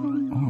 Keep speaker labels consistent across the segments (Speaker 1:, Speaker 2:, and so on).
Speaker 1: Oh,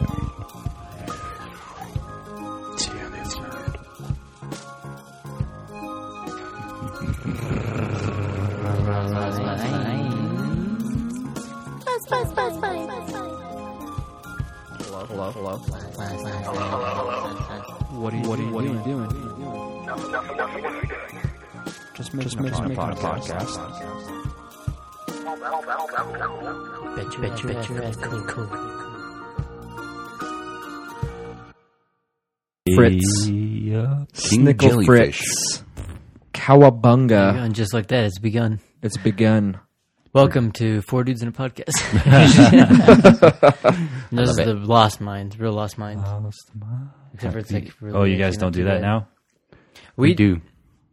Speaker 2: I mean stay on the inside.
Speaker 3: Buzz, buzz, buzz, buzz, buzz, buzz.
Speaker 4: What are you, what are you, what doing? Are you doing? Just make just making a podcast.
Speaker 5: Bet you, bet you, bet you, bet you, cool.
Speaker 6: Fritz. Snickle Fritz. Cowabunga.
Speaker 5: And just like that, it's begun.
Speaker 6: It's begun.
Speaker 5: Welcome to Four Dudes in a Podcast. Those are the lost minds, real lost minds. Except for it's like really
Speaker 7: Oh, you
Speaker 5: actually
Speaker 7: guys don't
Speaker 5: not
Speaker 7: do
Speaker 5: too
Speaker 7: that
Speaker 5: bad.
Speaker 7: now?
Speaker 1: We do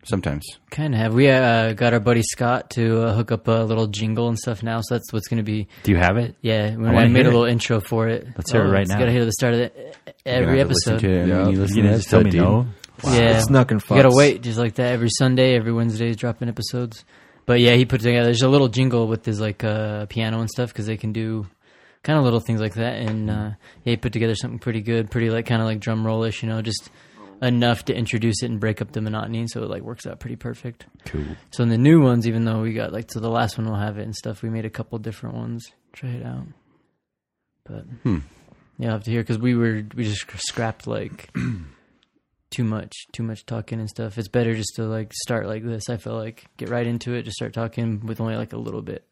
Speaker 1: sometimes.
Speaker 5: Kind of have. We uh, got our buddy Scott to uh, hook up a little jingle and stuff now, so that's what's going to be.
Speaker 7: Do you have it?
Speaker 5: Yeah, we,
Speaker 7: wanna
Speaker 5: I made
Speaker 7: hear
Speaker 5: a
Speaker 7: it.
Speaker 5: little intro for it.
Speaker 7: Let's hear it right now.
Speaker 5: Got to hear the start of the, every episode.
Speaker 1: Yeah. You
Speaker 7: You gonna just tell me no?
Speaker 5: Yeah,
Speaker 6: It's Snuck and
Speaker 5: You gotta
Speaker 6: Futz.
Speaker 5: wait just like that every Sunday, every Wednesday he's dropping episodes. But yeah, he put together there's a little jingle with his like uh, piano and stuff because they can do kind of little things like that. And uh, yeah, he put together something pretty good, pretty like kind of like drum rollish, you know, just enough to introduce it and break up the monotony. So it like works out pretty perfect. Cool. So in the new ones, even though we got like so the last one will have it and stuff, we made a couple different ones. Try it out, but yeah, I'll have to hear because we were we just scrapped like too much, too much talking and stuff. It's better just to like start like this. I feel like get right into it, just start talking with only like a little bit.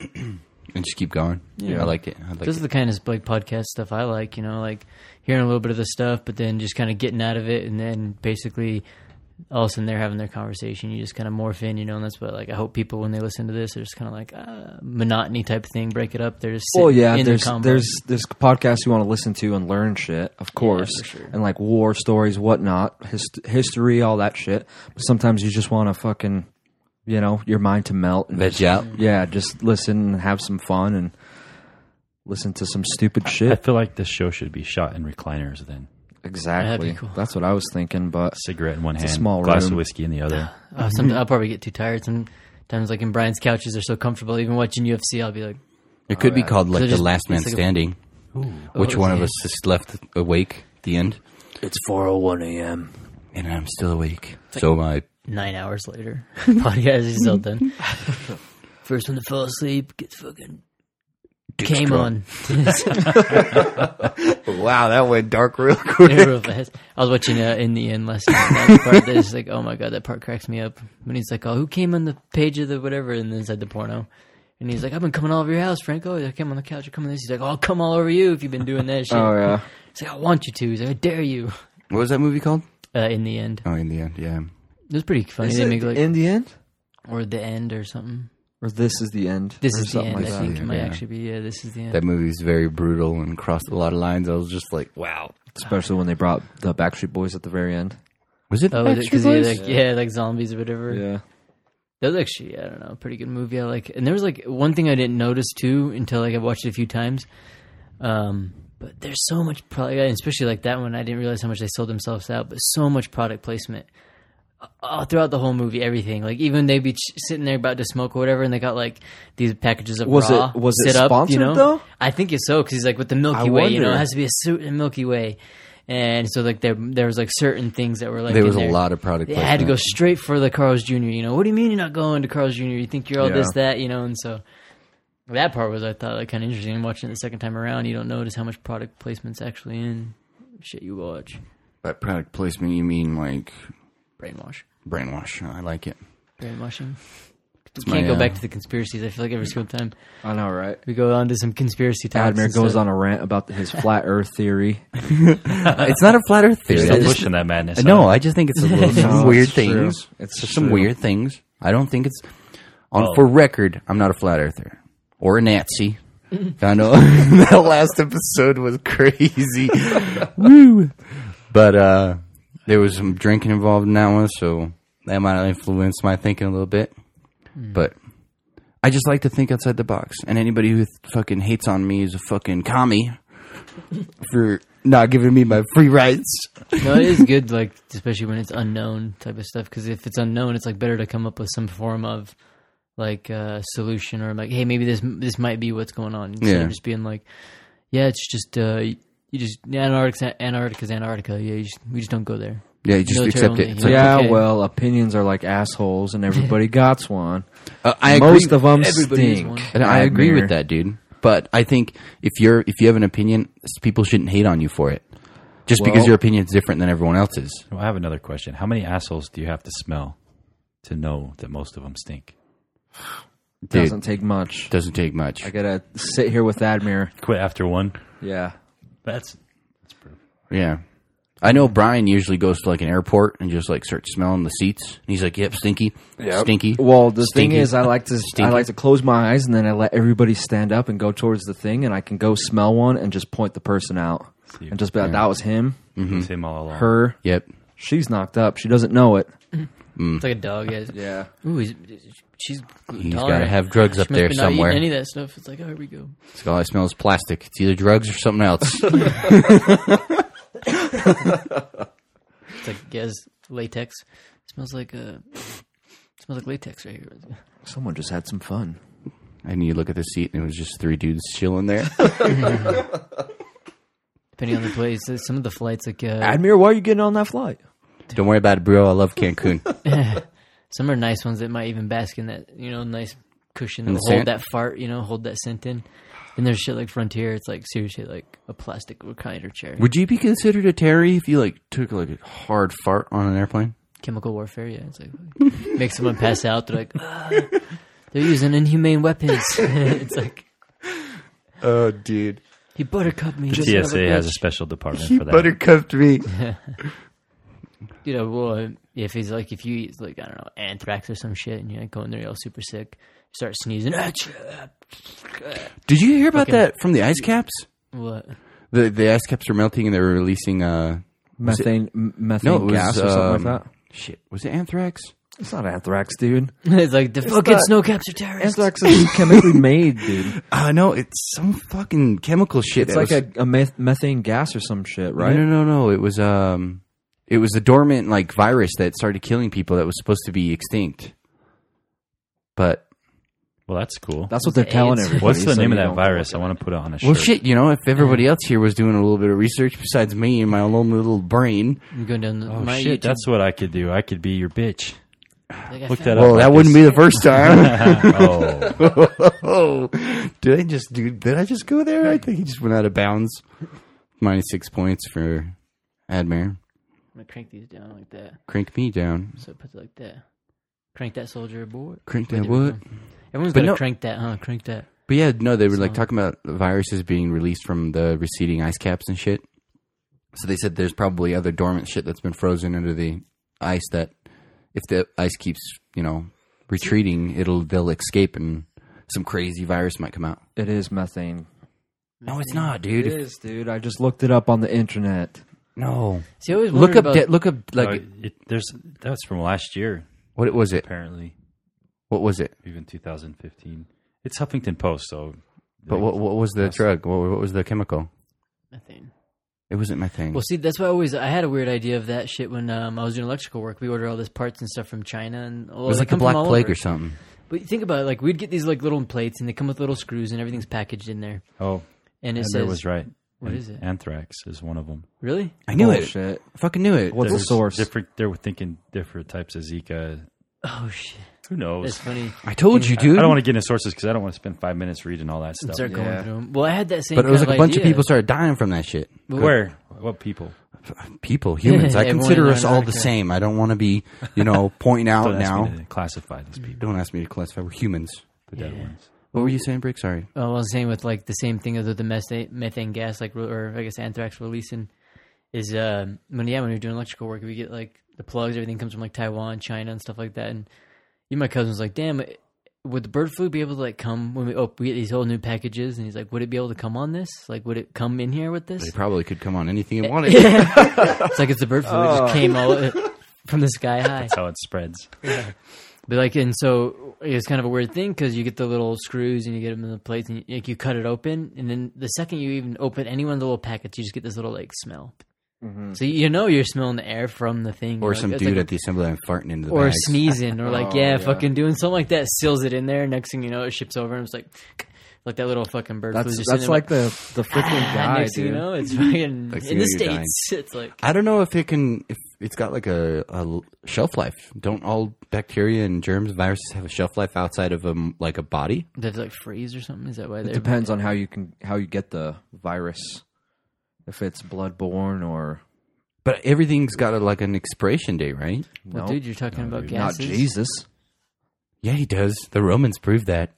Speaker 1: And just keep going. Yeah. I like it. I like
Speaker 5: this is
Speaker 1: it.
Speaker 5: the kind of like podcast stuff I like, you know, like hearing a little bit of the stuff, but then just kind of getting out of it, and then basically all of a sudden they're having their conversation. You just kind of morph in, you know, and that's what like I hope people when they listen to this, they're just kind of like uh, monotony type thing, break it up. They're just
Speaker 6: Well,
Speaker 5: sitting
Speaker 6: Oh, yeah,
Speaker 5: in
Speaker 6: there's
Speaker 5: the combo.
Speaker 6: there's there's podcasts you want to listen to and learn shit, of course,
Speaker 5: for sure.
Speaker 6: and like war stories, whatnot, hist- history, all that shit. But sometimes you just want to fucking, you know, your mind to melt. And
Speaker 1: Veg out.
Speaker 6: yeah, just listen and have some fun and listen to some stupid
Speaker 7: I
Speaker 6: shit.
Speaker 7: feel like this show should be shot in recliners then.
Speaker 6: Exactly,
Speaker 5: cool.
Speaker 6: that's what I was thinking. But
Speaker 7: Cigarette in one
Speaker 6: a
Speaker 7: hand,
Speaker 6: small
Speaker 7: glass
Speaker 6: room.
Speaker 7: of whiskey in the other.
Speaker 5: Uh, some, I'll probably get too tired. Sometimes like in Brian's couches, they're so comfortable. Even watching UFC, I'll be like.
Speaker 1: It could be called like
Speaker 5: So
Speaker 1: the
Speaker 5: just-
Speaker 1: last man
Speaker 5: it's like a-
Speaker 1: standing. Which
Speaker 5: Oh,
Speaker 1: one of
Speaker 5: yeah.
Speaker 1: us is left awake at the end?
Speaker 6: it's four oh one a.m.
Speaker 1: And I'm still awake. So am I.
Speaker 5: nine hours later. Podcast is all done. First one to fall asleep gets fucking came on.
Speaker 1: Wow, that went dark real
Speaker 5: Real
Speaker 1: quick.
Speaker 5: fast. I was watching uh, in the end last night. That part, that is like, oh my god, that part cracks me up. When he's like, oh, who came on the page of the whatever, and then said the porno. And he's like, I've been coming all over your house, Franco. I came on the couch, I come on this. He's like, oh, I'll come all over you if you've been doing that shit.
Speaker 6: Oh yeah,
Speaker 5: He's like, I want you to. He's like, I dare you.
Speaker 1: What was that movie called?
Speaker 5: Uh, in the end,
Speaker 1: Oh, in the end, yeah.
Speaker 5: it was pretty funny.
Speaker 6: is
Speaker 5: They
Speaker 6: it
Speaker 5: make like,
Speaker 6: in the end
Speaker 5: or the end or something.
Speaker 6: or this is the end?
Speaker 5: This
Speaker 6: or
Speaker 5: is the
Speaker 6: something
Speaker 5: end.
Speaker 6: like
Speaker 5: I
Speaker 6: that.
Speaker 5: think it might
Speaker 1: yeah.
Speaker 5: actually be. Yeah, this is the end.
Speaker 1: That movie's very brutal and crossed a lot of lines. I was just like, wow.
Speaker 6: especially when they brought the Backstreet Boys at the very end.
Speaker 1: Was it?
Speaker 5: Oh,
Speaker 1: Backstreet
Speaker 5: because
Speaker 1: Boys?
Speaker 5: like yeah, like zombies or whatever.
Speaker 6: Yeah.
Speaker 5: That was actually I don't know, a pretty good movie. I like, and there was like one thing I didn't notice too until like I watched it a few times. Um, but there's so much product, and especially like that one. I didn't realize how much they sold themselves out, but so much product placement all throughout the whole movie. Everything, like even they'd be ch- sitting there about to smoke or whatever, and they got like these packages of
Speaker 6: Was it-
Speaker 5: raw.
Speaker 6: was it
Speaker 5: sit up, you
Speaker 6: sponsored,
Speaker 5: know?
Speaker 6: though?
Speaker 5: I think it's so because he's like with the Milky
Speaker 6: I
Speaker 5: Way. You know,
Speaker 6: wonder.
Speaker 5: it has to be a suit and Milky Way. And so, like there, there was like certain things that were like
Speaker 1: There
Speaker 5: in
Speaker 1: was a lot of product
Speaker 5: They had to go
Speaker 1: placement.
Speaker 5: straight for the Carl's Jr. You know, what do you mean you're not going to Carl's Jr.? You think you're all this, that, you know, and so that part was I thought like kind of interesting. And watching it the second time around, you don't notice how much product placement's actually in shit you watch.
Speaker 1: By uh, product placement, you mean like
Speaker 5: Brainwash,
Speaker 1: brainwash. I like it.
Speaker 5: brainwashing.
Speaker 1: my,
Speaker 5: Can't go
Speaker 1: uh,
Speaker 5: back to the conspiracies. I feel like every single time
Speaker 6: I know, right?
Speaker 5: we go on to some conspiracy topics.
Speaker 6: Admir
Speaker 5: and
Speaker 6: goes
Speaker 5: stuff.
Speaker 6: on a rant about his flat Earth theory.
Speaker 1: it's not a flat Earth theory.
Speaker 7: Still
Speaker 1: I just-
Speaker 7: pushing that madness.
Speaker 1: no,
Speaker 7: huh?
Speaker 1: I just think it's a little,
Speaker 6: No,
Speaker 1: some weird
Speaker 6: it's true.
Speaker 1: things.
Speaker 6: It's
Speaker 1: There's some
Speaker 6: true. Oh.
Speaker 1: weird things. I don't think it's on
Speaker 7: Well-
Speaker 1: for record. I'm not a flat earther or a Nazi. I know that last episode was crazy. Woo! But uh, there was some drinking involved in that one, so that might have influenced my thinking a little bit. But I just like to think outside the box. And anybody who fucking hates on me is a fucking commie for not giving me my free rights.
Speaker 5: No, it is good, like especially when it's unknown type of stuff. Because if it's unknown, it's like better to come up with some form of like uh, solution or like, hey, maybe this this might be what's going on. Instead
Speaker 1: Yeah.
Speaker 5: of just being like, yeah, it's just uh, you just Antarctica's Antarctica's Antarctica. Yeah, you just, we just don't go there.
Speaker 1: Yeah, you just
Speaker 5: Military
Speaker 1: accept it.
Speaker 5: only,
Speaker 1: It's
Speaker 5: yeah.
Speaker 1: like,
Speaker 6: yeah,
Speaker 5: okay.
Speaker 6: well, opinions are like assholes, and everybody got one.
Speaker 1: uh, I agree.
Speaker 6: Most of them
Speaker 5: Everybody is
Speaker 6: stink.
Speaker 5: one.
Speaker 1: and I agree
Speaker 6: Admire.
Speaker 1: with that, dude. But I think if you're if you have an opinion, s- people shouldn't hate on you for it. Just because
Speaker 6: Well-
Speaker 1: your opinion's different than everyone else's.
Speaker 7: Well, I have another question. How many assholes do you have to smell to know that most of them stink?
Speaker 1: Dude,
Speaker 6: Doesn't take much.
Speaker 1: doesn't take much.
Speaker 6: I gotta sit here with Admir.
Speaker 7: Quit after one.
Speaker 6: Yeah,
Speaker 7: That's
Speaker 1: Yeah. I know Brian usually goes to like an airport and just like starts smelling the seats. And he's like, yep, stinky, stinky.
Speaker 6: Well, the
Speaker 1: stinky.
Speaker 6: thing is, I like to
Speaker 1: Stinky.
Speaker 6: I like to close my eyes and then I let everybody stand up and go towards the thing, and I can go smell one and just point the person out and just be like, "That was him,
Speaker 1: Mm-hmm.
Speaker 7: it's him all along.
Speaker 6: her.
Speaker 1: Yep.
Speaker 6: She's knocked up. She doesn't know it."
Speaker 5: It's like a dog. Yeah.
Speaker 6: Yeah.
Speaker 5: Ooh, he's, she's
Speaker 1: Mm. He's got to have drugs up there somewhere.
Speaker 5: Any of that stuff. It's like, oh, here we go.
Speaker 1: It's all I smell is plastic. It's either drugs or something else.
Speaker 5: It's like yes, latex. smells like uh, smells like latex right here.
Speaker 6: Someone just had some fun.
Speaker 1: and you look at the seat and it was just three dudes chilling there.
Speaker 5: Depending on the place, some of the flights like uh,
Speaker 6: Admir, why are you getting on that flight?
Speaker 1: Don't worry about it, bro. I love Cancun.
Speaker 5: Some are nice ones that might even bask in that, you know, nice cushion that
Speaker 1: the
Speaker 5: will hold
Speaker 1: sand?
Speaker 5: that fart, you know, hold that scent in. And there's shit like Frontier. It's like seriously like a plastic recliner chair.
Speaker 1: Would you be considered a Terry if you like took like a hard fart on an airplane?
Speaker 5: Chemical warfare. Yeah, it's like make someone pass out. They're like, "Ah, they're using inhumane weapons. it's like
Speaker 1: Oh, dude.
Speaker 5: he buttercup me.
Speaker 7: The
Speaker 5: son of
Speaker 7: TSA has a
Speaker 5: bitch."
Speaker 7: special department
Speaker 1: He
Speaker 7: for that.
Speaker 1: buttercupped me.
Speaker 5: you know, well, if he's like, if you eat like, I don't know, anthrax or some shit, and you like, go in there, you're all super sick, start sneezing. Achoo!
Speaker 1: Did you hear about
Speaker 5: Fucking-
Speaker 1: that from the ice caps?
Speaker 5: What?
Speaker 1: The the ice caps are melting and they were releasing uh
Speaker 6: Methane, m- methane
Speaker 1: no, it was
Speaker 6: gas or something
Speaker 1: um,
Speaker 6: like that.
Speaker 1: Shit, was it anthrax?
Speaker 6: It's not anthrax, dude.
Speaker 5: it's like the fucking
Speaker 6: not-
Speaker 5: snow caps are terrorists.
Speaker 6: Anthrax is chemically made, dude.
Speaker 1: Uh, no, it's some fucking chemical shit.
Speaker 6: It's
Speaker 1: that
Speaker 6: like
Speaker 1: was-
Speaker 6: a, a meth- methane gas or some shit, right?
Speaker 1: No, no, no, no. It was um, it was the dormant like virus that started killing people that was supposed to be extinct. But
Speaker 7: Well, that's cool.
Speaker 6: That's what they're telling
Speaker 5: AIDS.
Speaker 6: everybody.
Speaker 7: What's the
Speaker 6: so
Speaker 7: name
Speaker 6: you
Speaker 7: of that
Speaker 6: don't-
Speaker 7: virus? I want to put it on a shirt.
Speaker 1: well, shit, you know, if everybody else here was doing a little bit of research besides me and my own little brain,
Speaker 5: I'm going down the,
Speaker 7: Oh,
Speaker 5: my
Speaker 7: shit.
Speaker 5: YouTube,
Speaker 7: That's what I could do. I could be your bitch.
Speaker 5: like, I
Speaker 7: Look
Speaker 5: found-
Speaker 7: that
Speaker 1: well,
Speaker 7: up.
Speaker 1: that wouldn't be the first time.
Speaker 7: oh,
Speaker 1: oh, did I just do? Did I just go there? I think he just went out of bounds. Minus six points for Admir.
Speaker 5: I'm gonna crank these down like that.
Speaker 1: Crank me down.
Speaker 5: So it puts it like that. Crank that soldier aboard.
Speaker 1: Crank
Speaker 5: Wait,
Speaker 1: that
Speaker 5: there we
Speaker 1: what?
Speaker 5: go. Everyone's
Speaker 1: But
Speaker 5: gonna
Speaker 1: no-
Speaker 5: crank that, huh? Crank that.
Speaker 1: But yeah, no, they were like talking about viruses being released from the receding ice caps and shit. So they said there's probably other dormant shit that's been frozen under the ice that if the ice keeps, you know, retreating, it'll they'll escape and some crazy virus might come out.
Speaker 6: It is methane.
Speaker 1: No, it's not,
Speaker 6: It
Speaker 1: dude.
Speaker 6: is, dude. I just looked it up on the internet.
Speaker 1: No.
Speaker 5: See, I always
Speaker 1: Look
Speaker 5: wondered
Speaker 1: up
Speaker 5: about,
Speaker 1: de- look up like
Speaker 7: like it, there's that's from last year
Speaker 1: what was it?
Speaker 7: apparently,
Speaker 1: What was it?
Speaker 7: even 2015. It's Huffington Post, so
Speaker 1: But what what was the drug? What, what was the chemical?
Speaker 5: methane.
Speaker 1: It wasn't my thing.
Speaker 5: Well, see, that's why I always I had a weird idea of that shit when um, I was doing electrical work. We ordered all this parts and stuff from China, and well,
Speaker 1: it was
Speaker 5: they
Speaker 1: like the
Speaker 5: come from
Speaker 1: Black
Speaker 5: all
Speaker 1: Plague
Speaker 5: over.
Speaker 1: or something.
Speaker 5: But you think about it, like we'd get these like little plates, and they come with little screws, and everything's packaged in there.
Speaker 7: Oh,
Speaker 5: And it
Speaker 7: Amber
Speaker 5: says,
Speaker 7: was right.
Speaker 5: What
Speaker 7: An-
Speaker 5: is it?
Speaker 7: Anthrax is one of them.
Speaker 5: "Really?
Speaker 1: I knew it.
Speaker 6: Bullshit.
Speaker 1: I fucking knew it.
Speaker 6: What's the
Speaker 7: There's
Speaker 6: source?
Speaker 7: Different. They were thinking different types of Zika.
Speaker 5: Oh shit,
Speaker 7: Who knows?
Speaker 5: that's funny."
Speaker 1: I told you, dude.
Speaker 7: I don't want to get into sources because I don't want to spend five minutes reading all that stuff.
Speaker 5: Start
Speaker 6: Yeah.
Speaker 5: going through 'em. Well, I had that same.
Speaker 1: but it was
Speaker 5: kind
Speaker 1: like a bunch of
Speaker 5: idea.
Speaker 1: people started dying from that shit.
Speaker 7: Where? What people?
Speaker 1: people, humans. I
Speaker 5: Everyone
Speaker 1: consider
Speaker 5: in
Speaker 1: us all the
Speaker 5: Antarctica.
Speaker 1: same. I don't want to be, you know, pointing out
Speaker 7: Don't ask
Speaker 1: now.
Speaker 7: me to classify these people.
Speaker 1: Don't ask me to classify. We're humans.
Speaker 7: The dead ones.
Speaker 1: What were you saying, Brick? Sorry.
Speaker 5: Oh, I was saying with like the same thing as with the methane, methane gas, like re- or I guess anthrax releasing, is um, when yeah when you're doing electrical work, we get like the plugs, everything comes from like Taiwan, China, and stuff like that. And you, my cousin's like, damn, it- would the bird flu be able to like come when we oh we get these whole new packages? And he's like, would it be able to come on this? Like, would it come in here with this?
Speaker 1: They probably could come on anything it wanted.
Speaker 5: It's like it's the bird flu. It just came all uh, from the sky high.
Speaker 7: That's how it spreads.
Speaker 5: But like, and so it's kind of a weird thing because you get the little screws and you get them in the plates and you, like you cut it open, and then the second you even open any one of the little packets, you just get this little like smell.
Speaker 6: Mm-hmm.
Speaker 5: So you know you're smelling the air from the thing,
Speaker 1: Or
Speaker 5: Like,
Speaker 1: some
Speaker 5: it's
Speaker 1: dude
Speaker 5: like-
Speaker 1: at the assembly line farting into the
Speaker 5: or
Speaker 1: bags.
Speaker 5: sneezing, or like
Speaker 6: Oh,
Speaker 5: yeah,
Speaker 6: yeah.
Speaker 5: fucking doing something like that seals it in there. Next thing you know, it ships over and it's like like that little fucking bird flu
Speaker 6: That's
Speaker 5: just
Speaker 6: that's
Speaker 5: sitting there,
Speaker 6: like the the freaking
Speaker 5: ah,
Speaker 6: guy,
Speaker 5: next thing
Speaker 6: dude.
Speaker 5: you know, it's fucking
Speaker 1: Next thing
Speaker 5: in the
Speaker 1: you know, you're
Speaker 5: states. It's like
Speaker 1: I don't know if it can if it's got like a, a l- shelf life. Don't all bacteria and germs, viruses have a shelf life outside of a m- like a body?
Speaker 5: does it like freeze or something? Is that why
Speaker 6: It
Speaker 5: they're
Speaker 6: depends on how you can how you get the virus, if it's bloodborne or
Speaker 1: But everything's got a, like an expiration date, right?
Speaker 5: Well,
Speaker 6: no,
Speaker 5: dude, you're talking about
Speaker 6: not
Speaker 5: gases.
Speaker 6: Jesus.
Speaker 1: Yeah, he does. The Romans proved that.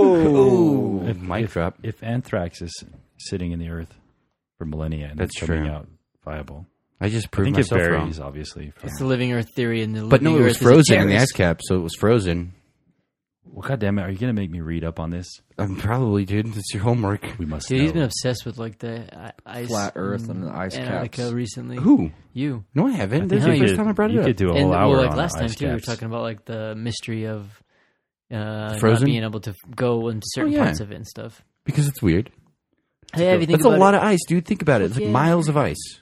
Speaker 6: Oh,
Speaker 1: Ooh, mic drop.
Speaker 7: If anthrax is sitting in the earth for millennia and
Speaker 1: That's
Speaker 7: it's coming
Speaker 1: true.
Speaker 7: out viable,
Speaker 1: I just
Speaker 7: I
Speaker 1: proved
Speaker 7: think it
Speaker 1: myself
Speaker 7: varies,
Speaker 1: wrong.
Speaker 7: obviously. From,
Speaker 5: It's the living Earth theory, and the
Speaker 1: But no,
Speaker 5: living
Speaker 1: it was
Speaker 5: Earth is a
Speaker 1: frozen in the
Speaker 5: terrorist.
Speaker 1: ice cap, so it was frozen.
Speaker 7: well, God damn it, are you going to make me read up on this?
Speaker 1: Um, probably, dude. It's your homework.
Speaker 7: We must
Speaker 5: Dude,
Speaker 7: know.
Speaker 5: he's been obsessed with like the i- ice, mm,
Speaker 6: Flat Earth and the ice
Speaker 5: Antarctica
Speaker 6: caps.
Speaker 5: recently.
Speaker 1: Who?
Speaker 5: You.
Speaker 1: No, I haven't. That's
Speaker 5: think
Speaker 1: the
Speaker 5: you
Speaker 1: first
Speaker 7: could-
Speaker 1: time I brought it
Speaker 7: you
Speaker 1: up.
Speaker 7: could do a whole
Speaker 5: and
Speaker 7: hour
Speaker 5: well, like
Speaker 7: on
Speaker 5: last time
Speaker 7: ice
Speaker 5: too, we were
Speaker 7: caps.
Speaker 5: talking about like the mystery of uh, not
Speaker 1: Frozen? Oh,
Speaker 5: being able to f- go in certain
Speaker 1: yeah.
Speaker 5: parts of it and stuff.
Speaker 1: because it's weird.
Speaker 5: Hey, have you think
Speaker 1: That's a
Speaker 5: about
Speaker 1: lot
Speaker 5: it?
Speaker 1: of ice, dude. Think about it. It's like
Speaker 5: Yeah.
Speaker 1: miles of ice.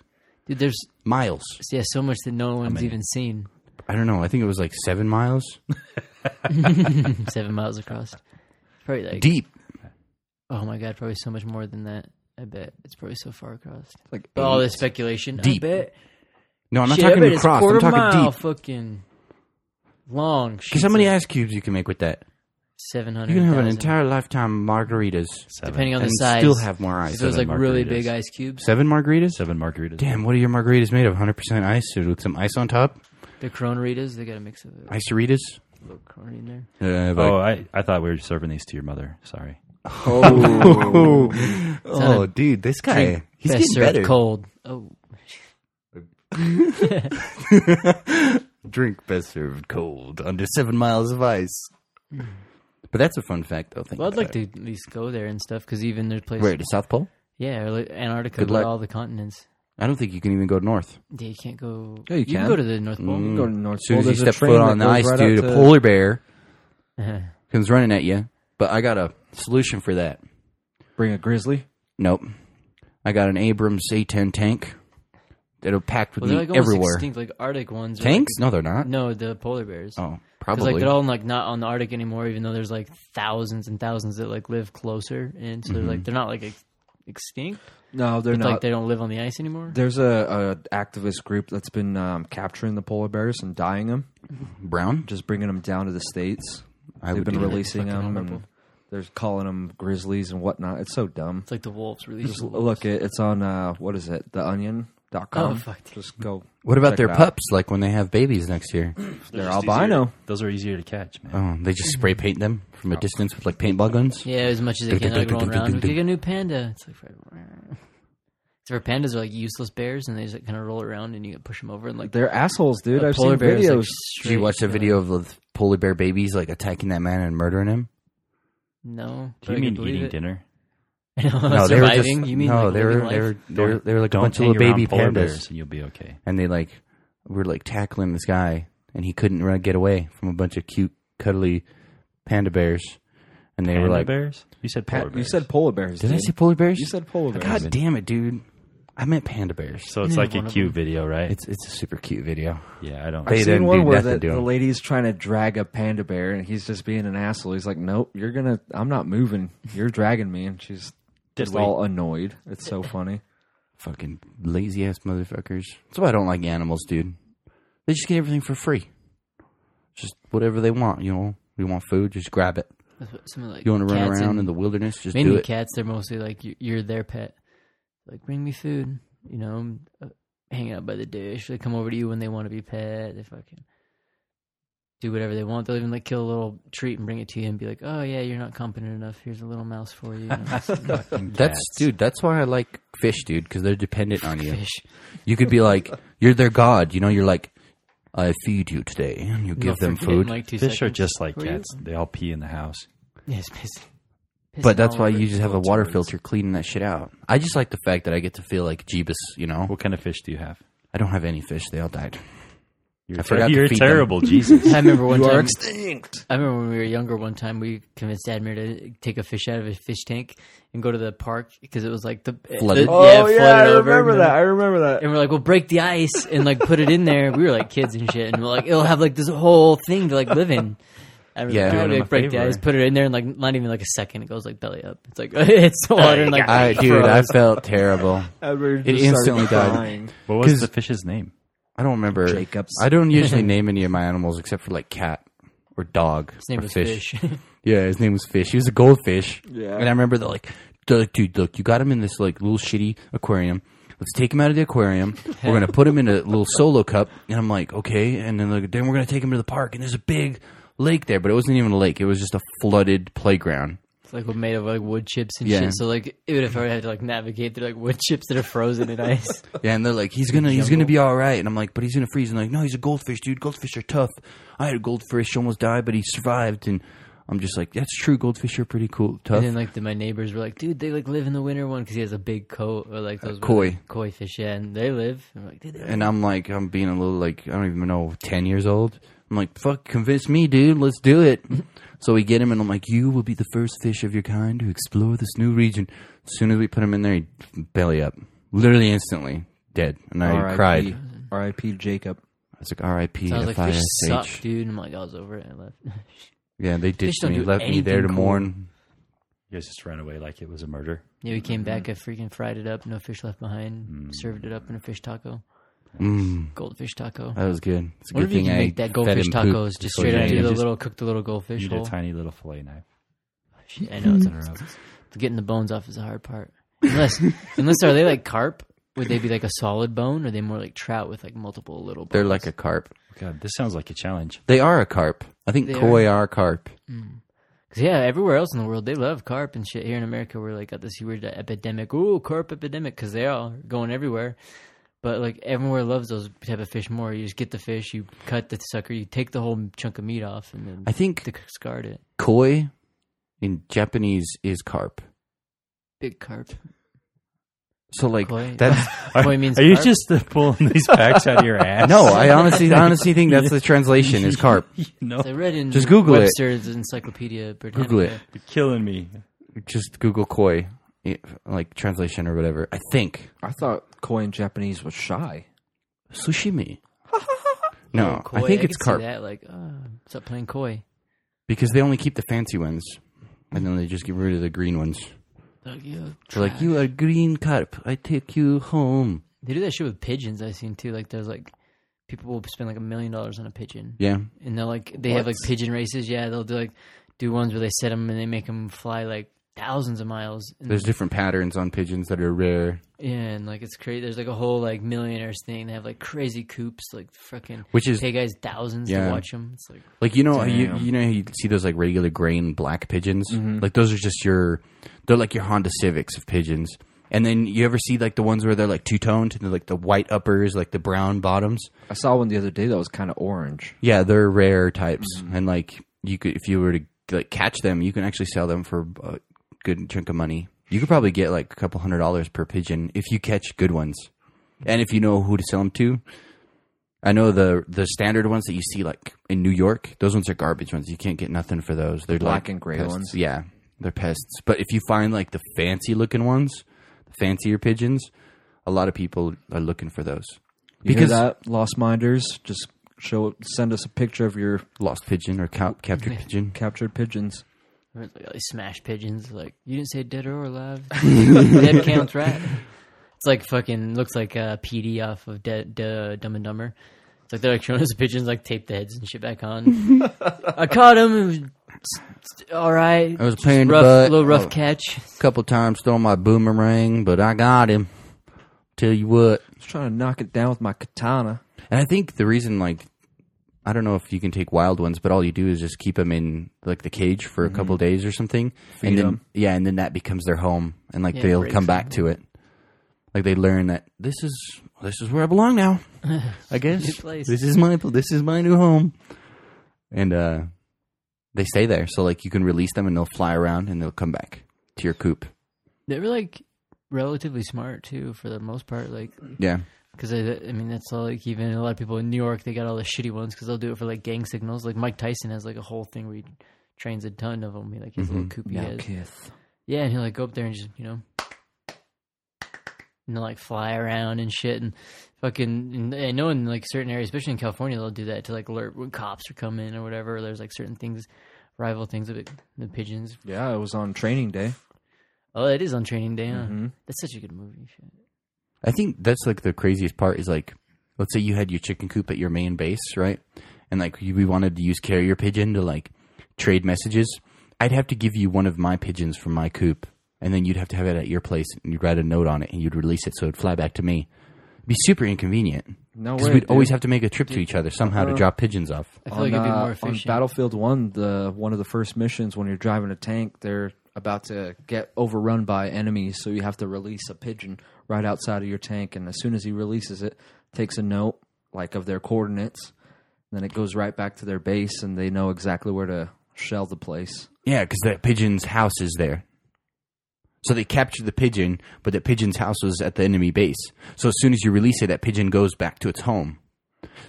Speaker 5: Dude, there's
Speaker 1: Miles.
Speaker 5: yeah so much that no one's even seen.
Speaker 1: I don't know. I think it was like seven miles
Speaker 5: Seven miles across, probably like
Speaker 1: deep.
Speaker 5: oh my god, probably so much more than that. I bet it's probably so far across.
Speaker 6: like
Speaker 5: But all this speculation,
Speaker 1: Deep.
Speaker 5: I bet.
Speaker 1: No, I'm not
Speaker 5: Shit, I
Speaker 1: talking
Speaker 5: bet it's
Speaker 1: across. I'm
Speaker 5: quarter
Speaker 1: talking
Speaker 5: mile
Speaker 1: deep.
Speaker 5: Fucking long.
Speaker 1: Because how many ice cubes you can make with that?
Speaker 5: Seven
Speaker 1: You
Speaker 5: hundred.
Speaker 1: can have an entire lifetime of margaritas
Speaker 7: Seven.
Speaker 5: depending on the
Speaker 1: and
Speaker 5: size.
Speaker 1: still have more ice.
Speaker 5: If it was like
Speaker 7: Seven
Speaker 5: really
Speaker 7: margaritas.
Speaker 5: big ice cubes,
Speaker 1: Seven margaritas?
Speaker 7: Seven margaritas.
Speaker 1: Damn, what are your margaritas made of? 100% ice dude, with some ice on top?
Speaker 5: the coronaritas, they got a mix of a
Speaker 1: Iceritas?
Speaker 5: little coronary in there.
Speaker 1: Uh,
Speaker 7: Oh,
Speaker 1: like-
Speaker 7: I, I thought we were serving these to your mother. Sorry.
Speaker 1: oh,
Speaker 5: not a
Speaker 1: dude, this guy, he's
Speaker 5: Best
Speaker 1: getting
Speaker 5: served
Speaker 1: better.
Speaker 5: cold. Oh,
Speaker 1: Drink best served cold under seven miles of ice. But that's a fun fact, though. Think
Speaker 5: well, I'd like
Speaker 1: about
Speaker 5: to
Speaker 1: it.
Speaker 5: at least go there and stuff because even there's places.
Speaker 1: Where, to South Pole?
Speaker 5: Yeah, or like Antarctica,
Speaker 1: Good
Speaker 5: but
Speaker 1: luck.
Speaker 5: all the continents.
Speaker 1: I don't think you can even go north.
Speaker 5: Yeah, you can't go.
Speaker 6: Yeah, you
Speaker 5: can.
Speaker 6: can.
Speaker 5: go to the North Pole.
Speaker 6: go to North
Speaker 1: As soon
Speaker 6: Pole,
Speaker 1: as you
Speaker 6: there's a
Speaker 1: step
Speaker 6: train
Speaker 1: foot
Speaker 6: that
Speaker 1: on the
Speaker 6: goes
Speaker 1: ice,
Speaker 6: right out
Speaker 1: dude, a
Speaker 6: to-
Speaker 1: polar bear
Speaker 5: Uh-huh.
Speaker 1: comes running at you. But I got a solution for that.
Speaker 6: bring a grizzly.
Speaker 1: Nope. I got an Abrams A10 tank that'll packed with
Speaker 5: Well, they're
Speaker 1: meat
Speaker 5: like almost
Speaker 1: everywhere.
Speaker 5: extinct, like Arctic ones. are, like-
Speaker 1: Tanks? No, they're not.
Speaker 5: no, the polar bears.
Speaker 1: Oh,
Speaker 5: 'Cause,
Speaker 1: probably.
Speaker 5: like they're all like not on the Arctic anymore, even though there's like thousands and thousands that like live closer, and so
Speaker 1: Mm-hmm.
Speaker 5: they're like they're not like ex- extinct.
Speaker 6: No, they're
Speaker 5: It's
Speaker 6: not.
Speaker 5: like they don't live on the ice anymore.
Speaker 6: There's a, a activist group that's been um, capturing the polar bears and dying them,
Speaker 1: Brown?
Speaker 6: just bringing them down to the states.
Speaker 1: I
Speaker 6: They've
Speaker 1: would
Speaker 6: been
Speaker 1: do that.
Speaker 6: releasing
Speaker 5: Fucking
Speaker 6: them and
Speaker 5: horrible.
Speaker 6: they're calling them grizzlies and whatnot. It's so dumb.
Speaker 5: It's like the wolves release.
Speaker 6: Just look it. It's on uh, what is it? TheOnion.com.
Speaker 5: Oh, fuck.
Speaker 6: Just go.
Speaker 1: What about
Speaker 6: check
Speaker 1: their
Speaker 6: it out.
Speaker 1: pups, like when they have babies next year?
Speaker 6: They're albino.
Speaker 7: Those are easier to catch, man.
Speaker 1: Oh, they just spray paint them from a distance with like paintball guns?
Speaker 5: Yeah, as much as they can, like rolling around. We could get a new panda. It's like, so our pandas are like useless bears, and they just like, kind of roll around, and you can push them over, and like
Speaker 6: They're assholes, dude.
Speaker 5: the
Speaker 6: I've seen
Speaker 5: bear is,
Speaker 6: videos.
Speaker 1: Did you watch the
Speaker 5: straight-
Speaker 1: video of the polar bear babies like attacking that man and murdering him?
Speaker 5: No,
Speaker 7: Do
Speaker 5: but I
Speaker 7: you
Speaker 5: can
Speaker 7: mean
Speaker 5: believe
Speaker 7: eating
Speaker 5: it.
Speaker 7: dinner?
Speaker 5: no,
Speaker 1: they were
Speaker 5: surviving. you mean
Speaker 1: no,
Speaker 5: like,
Speaker 1: they, were,
Speaker 5: living
Speaker 1: they
Speaker 5: life?
Speaker 1: were they were they were like a
Speaker 7: Don't
Speaker 1: bunch of
Speaker 7: hang
Speaker 1: little baby
Speaker 7: around polar
Speaker 1: pandas,
Speaker 7: bears and you'll be okay.
Speaker 1: and they like were like tackling this guy, and he couldn't run, get away from a bunch of cute, cuddly panda bears, and they were
Speaker 7: Panda
Speaker 1: like,
Speaker 7: bears? You said polar
Speaker 6: Pat, you
Speaker 7: bears.
Speaker 6: said polar bears.
Speaker 1: "Did I
Speaker 6: dude.
Speaker 1: say polar bears?
Speaker 6: You said polar bears.
Speaker 1: God damn it, dude! I meant panda bears.
Speaker 7: so it's like a cute video, right?
Speaker 1: It's it's a super cute video.
Speaker 7: yeah, I don't.
Speaker 1: They
Speaker 6: I've
Speaker 1: didn't
Speaker 6: seen one
Speaker 1: do
Speaker 6: where
Speaker 1: nothing
Speaker 6: the,
Speaker 1: to him.
Speaker 6: the lady's trying to drag a panda bear, and he's just being an asshole. He's like, "Nope, you're gonna. I'm not moving. You're dragging me." And she's just
Speaker 7: weight.
Speaker 6: all annoyed. It's so funny.
Speaker 1: Fucking lazy ass motherfuckers. That's why I don't like animals, dude. They just get everything for free. Just whatever they want, you know. You want food, just grab it.
Speaker 5: That's what- something like
Speaker 1: You want to run
Speaker 5: cats
Speaker 1: around
Speaker 5: and-
Speaker 1: in the wilderness, just do
Speaker 5: mainly
Speaker 1: it.
Speaker 5: cats. They're mostly like you- you're their pet. Like bring me food. You know, uh, hang out by the dish. They come over to you when they want to be pet. They fucking do whatever they want. They'll even like kill a little treat and bring it to you and be like, "Oh yeah, you're not competent enough. Here's a little mouse for you." you know,
Speaker 1: That's dude. That's why I like fish, dude, because they're dependent on you.
Speaker 5: fish.
Speaker 1: You could be like, you're their god. You know, you're like, I feed you today, and you give
Speaker 5: You'll
Speaker 1: them
Speaker 5: forget in,
Speaker 1: food.
Speaker 5: Like two
Speaker 7: Fish are
Speaker 5: seconds.
Speaker 7: just like
Speaker 5: Were you?
Speaker 7: cats. They all pee in the house.
Speaker 5: Yeah, it's pissing.
Speaker 1: but that's
Speaker 5: all
Speaker 1: why
Speaker 5: over
Speaker 1: you
Speaker 5: the
Speaker 1: just have a
Speaker 5: floor.
Speaker 1: water filter cleaning that shit out. I just like the fact that I get to feel like Jeebus. You know,
Speaker 7: What kind of fish do you have?
Speaker 1: I don't have any fish; they all died.
Speaker 7: You're,
Speaker 1: I forgot to
Speaker 7: you're
Speaker 1: feed them.
Speaker 7: terrible, Jesus.
Speaker 5: I remember one time.
Speaker 6: extinct.
Speaker 5: I remember when we were younger. One time, we convinced Admir to take a fish out of a fish tank and go to the park because it was like the
Speaker 1: Flooded.
Speaker 5: the-
Speaker 1: Oh,
Speaker 5: flooded over, and then-
Speaker 6: remember that.
Speaker 5: And we're like, we'll break the ice and like put it in there. We were like kids and shit, and we're like, it'll have like this whole thing to like live in. I remember
Speaker 1: Yeah.
Speaker 5: we
Speaker 1: Doing
Speaker 5: would,
Speaker 7: them
Speaker 5: like,
Speaker 7: a
Speaker 5: break the
Speaker 7: favor.
Speaker 5: ice, put it in there, and like not even like a second, it goes like belly up. It's like it's the water and like
Speaker 1: I, dude, I felt terrible. It instantly died.
Speaker 7: What was
Speaker 1: 'Cause-
Speaker 7: the fish's name?
Speaker 1: I don't remember.
Speaker 6: Jacobs.
Speaker 1: I don't usually name any of my animals except for like cat or dog.
Speaker 5: his name
Speaker 1: or
Speaker 5: was fish.
Speaker 1: Yeah, his name was Fish. He was a goldfish. Yeah. And I remember they're like, they're like, dude, look, you got him in this like little shitty aquarium. Let's take him out of the aquarium. We're gonna put him in a little solo cup. And I'm like, okay. And then like, then we're gonna take him to the park. And there's a big lake there, but it wasn't even a lake. It was just a flooded playground.
Speaker 5: It's like made of like wood chips and
Speaker 1: Yeah.
Speaker 5: shit. So like even if I had to like navigate through like wood chips that are frozen in ice,
Speaker 1: Yeah, and they're like, he's gonna, he's gonna be all right. And I'm like, but he's gonna freeze. And like, no, he's a goldfish, dude. Goldfish are tough. I had a goldfish, almost died, but he survived. And I'm just like, that's true. Goldfish are pretty cool, tough.
Speaker 5: and then like the, my neighbors were like, dude, they like live in the winter one because he has a big coat or like those
Speaker 1: koi.
Speaker 5: koi fish. Yeah, and they live. And we're like, dude, they
Speaker 1: and I'm like, I'm being a little like, I don't even know, ten years old. I'm like, fuck, convince me, dude. Let's do it. so we get him, and I'm like, you will be the first fish of your kind to explore this new region. As soon as we put him in there, he belly up, literally instantly, dead. And I cried.
Speaker 6: R.I.P. Jacob.
Speaker 1: I was like, R.I.P.
Speaker 5: I was like,
Speaker 1: F I
Speaker 5: fish
Speaker 1: S H.
Speaker 5: suck, dude. And I'm like, I was over it and I left.
Speaker 1: Yeah, they ditched
Speaker 5: don't
Speaker 1: me,
Speaker 5: do
Speaker 1: left me there to
Speaker 5: anything cool.
Speaker 1: mourn.
Speaker 7: You guys just ran away like it was a murder.
Speaker 5: Yeah, we came back. I
Speaker 1: Mm-hmm.
Speaker 5: freaking fried it up. No fish left behind.
Speaker 1: Mm.
Speaker 5: Served it up in a fish taco. Goldfish taco.
Speaker 1: That was good. It's a
Speaker 5: What
Speaker 1: good
Speaker 5: if you
Speaker 1: thing
Speaker 5: can
Speaker 1: I
Speaker 5: make that goldfish
Speaker 1: fed him
Speaker 5: tacos
Speaker 1: poop
Speaker 5: just
Speaker 1: before
Speaker 5: straight
Speaker 1: you
Speaker 5: out
Speaker 7: you
Speaker 5: of the
Speaker 7: just-
Speaker 5: little cook the little goldfish
Speaker 7: You need a
Speaker 5: hole?
Speaker 7: tiny little fillet knife.
Speaker 5: Shit, I know it's getting the bones off is the hard part. Unless, unless are they like carp? Would they be like a solid bone? Or are they more like trout with like multiple little? bones?
Speaker 1: They're like a carp.
Speaker 7: God, this sounds like a challenge.
Speaker 1: They are a carp. I think
Speaker 5: They
Speaker 1: koi are. carp.
Speaker 5: 'Cause, yeah, everywhere else in the world they love carp and shit. Here in America, we're like got this weird epidemic. Ooh, carp epidemic because they are going everywhere. But like everywhere loves those type of fish more. You just get the fish, you cut the sucker, you take the whole chunk of meat off, and then
Speaker 1: I think
Speaker 5: discard it.
Speaker 1: koi in Japanese is carp.
Speaker 5: Big carp.
Speaker 1: So like
Speaker 5: Koi.
Speaker 1: that's
Speaker 5: Koi means
Speaker 7: Are you
Speaker 5: carp?
Speaker 7: just uh, pulling these facts out of your ass?
Speaker 1: no. I honestly honestly think that's the translation is carp.
Speaker 7: no,
Speaker 5: I read in
Speaker 1: Just Google it.
Speaker 5: Webster's Encyclopedia Britannica.
Speaker 1: Google it.
Speaker 7: you're killing me.
Speaker 1: Just Google koi, eh, like translation or whatever. I think
Speaker 6: I thought koi in Japanese was shy.
Speaker 1: sushimi. No,
Speaker 5: Oh, Koi.
Speaker 1: Oh, I think it's
Speaker 5: could see
Speaker 1: carp
Speaker 5: That like, oh, stop playing koi.
Speaker 1: because they only keep the fancy ones, and then they just get rid of the green ones.
Speaker 5: They're Like, "Yo,
Speaker 1: They're like, "You are green carp. I take you home."
Speaker 5: They do that shit with pigeons. I've seen too. Like there's like people will spend like a million dollars on a pigeon,
Speaker 1: Yeah,
Speaker 5: and they're like they have like pigeon races. Yeah, they'll do like do ones where they set them and they make them fly like thousands of miles. And,
Speaker 1: There's different patterns on pigeons that are rare,
Speaker 5: yeah, and like it's crazy. There's like a whole like millionaires thing. They have like crazy coops, like fucking
Speaker 1: which is
Speaker 5: pay guys thousands
Speaker 1: Yeah.
Speaker 5: to watch them. It's like
Speaker 1: like you know how you you know how you see those like regular gray and black pigeons. Like those are just your they're like your Honda Civics of pigeons. And then you ever see like the ones where they're like two toned, they're like the white uppers, like the brown bottoms.
Speaker 6: I saw one the other day that was kind of orange.
Speaker 1: Yeah, they're rare types,
Speaker 6: Mm-hmm.
Speaker 1: and like you could if you were to like catch them, you can actually sell them for a good chunk of money. You could probably get like a couple hundred dollars per pigeon if you catch good ones, and if you know who to sell them to. I know the the standard ones that you see like in New York; those ones are garbage ones. You can't get nothing for those. They're
Speaker 6: Black
Speaker 1: like,
Speaker 6: and gray
Speaker 1: pests.
Speaker 6: ones?
Speaker 1: Yeah, they're pests. But if you find like the fancy looking ones, the fancier pigeons, a lot of people are looking for those
Speaker 6: You because hear that lost minders just show send us a picture of your
Speaker 1: lost pigeon or ca- captured pigeon.
Speaker 6: captured pigeons.
Speaker 5: Like, they smash pigeons. Like you didn't say dead or alive. dead counts, right? It's like fucking looks like a PD off of Dead De, Dumb and Dumber. It's like they're like showing us pigeons, like tape the heads and shit back on. I caught him. All right,
Speaker 1: I was paying the
Speaker 5: rough,
Speaker 1: butt.
Speaker 5: little rough
Speaker 1: Oh.
Speaker 5: catch.
Speaker 1: couple times throw my boomerang, but I got him. Tell you what.
Speaker 6: I was trying to knock it down with my katana.
Speaker 1: And I think the reason, like, I don't know if you can take wild ones, but all you do is just keep them in like the cage for a
Speaker 5: Mm-hmm.
Speaker 1: couple days or something, and then
Speaker 6: 'em.
Speaker 1: yeah, and then that becomes their home, and like
Speaker 5: Yeah,
Speaker 1: they'll
Speaker 5: breaks
Speaker 1: come back to it. Like they learn that this is this is where I belong now. I
Speaker 5: New
Speaker 1: guess
Speaker 5: place.
Speaker 1: this is my this is my new home, and uh, they stay there. So like you can release them, and they'll fly around, and they'll come back to your coop.
Speaker 5: They were like relatively smart too, for the most part. Like,
Speaker 1: Yeah.
Speaker 5: because I, I mean, that's all. Like, even a lot of people in New York, they got all the shitty ones because they'll do it for like gang signals. Like Mike Tyson has like a whole thing where he trains a ton of them. He like his
Speaker 1: Mm-hmm.
Speaker 5: little koopy heads.
Speaker 6: Kith.
Speaker 5: Yeah, and he'll like go up there and just you know, and they'll like fly around and shit and fucking. And I know in like certain areas, especially in California, they'll do that to like alert when cops are coming or whatever. Or there's like certain things, rival things of it, the pigeons.
Speaker 6: Yeah, it was on training day.
Speaker 5: Oh, it is on Training Day. huh?
Speaker 6: Mm-hmm.
Speaker 5: That's such a good movie. Shit.
Speaker 1: I think that's like the craziest part is like, let's say you had your chicken coop at your main base, right? And like you, we wanted to use carrier pigeon to like trade messages. I'd have to give you one of my pigeons from my coop, and then you'd have to have it at your place, and you'd write a note on it, and you'd release it so it'd fly back to me. It'd be super inconvenient
Speaker 6: No
Speaker 1: because
Speaker 6: way,
Speaker 1: we'd
Speaker 6: dude. uh,
Speaker 1: always have to make a trip to each other somehow to drop pigeons off.
Speaker 5: I feel
Speaker 6: on,
Speaker 5: like it'd be
Speaker 6: uh,
Speaker 5: more
Speaker 6: on
Speaker 5: efficient.
Speaker 6: Battlefield One, the one of the first missions when you're driving a tank, they're about to get overrun by enemies, so you have to release a pigeon right outside of your tank, and as soon as he releases it, takes a note like of their coordinates, then it goes right back to their base, and they know exactly where to shell the place.
Speaker 1: Yeah, because that pigeon's house is there. So they captured the pigeon, but that pigeon's house was at the enemy base. So as soon as you release it, that pigeon goes back to its home.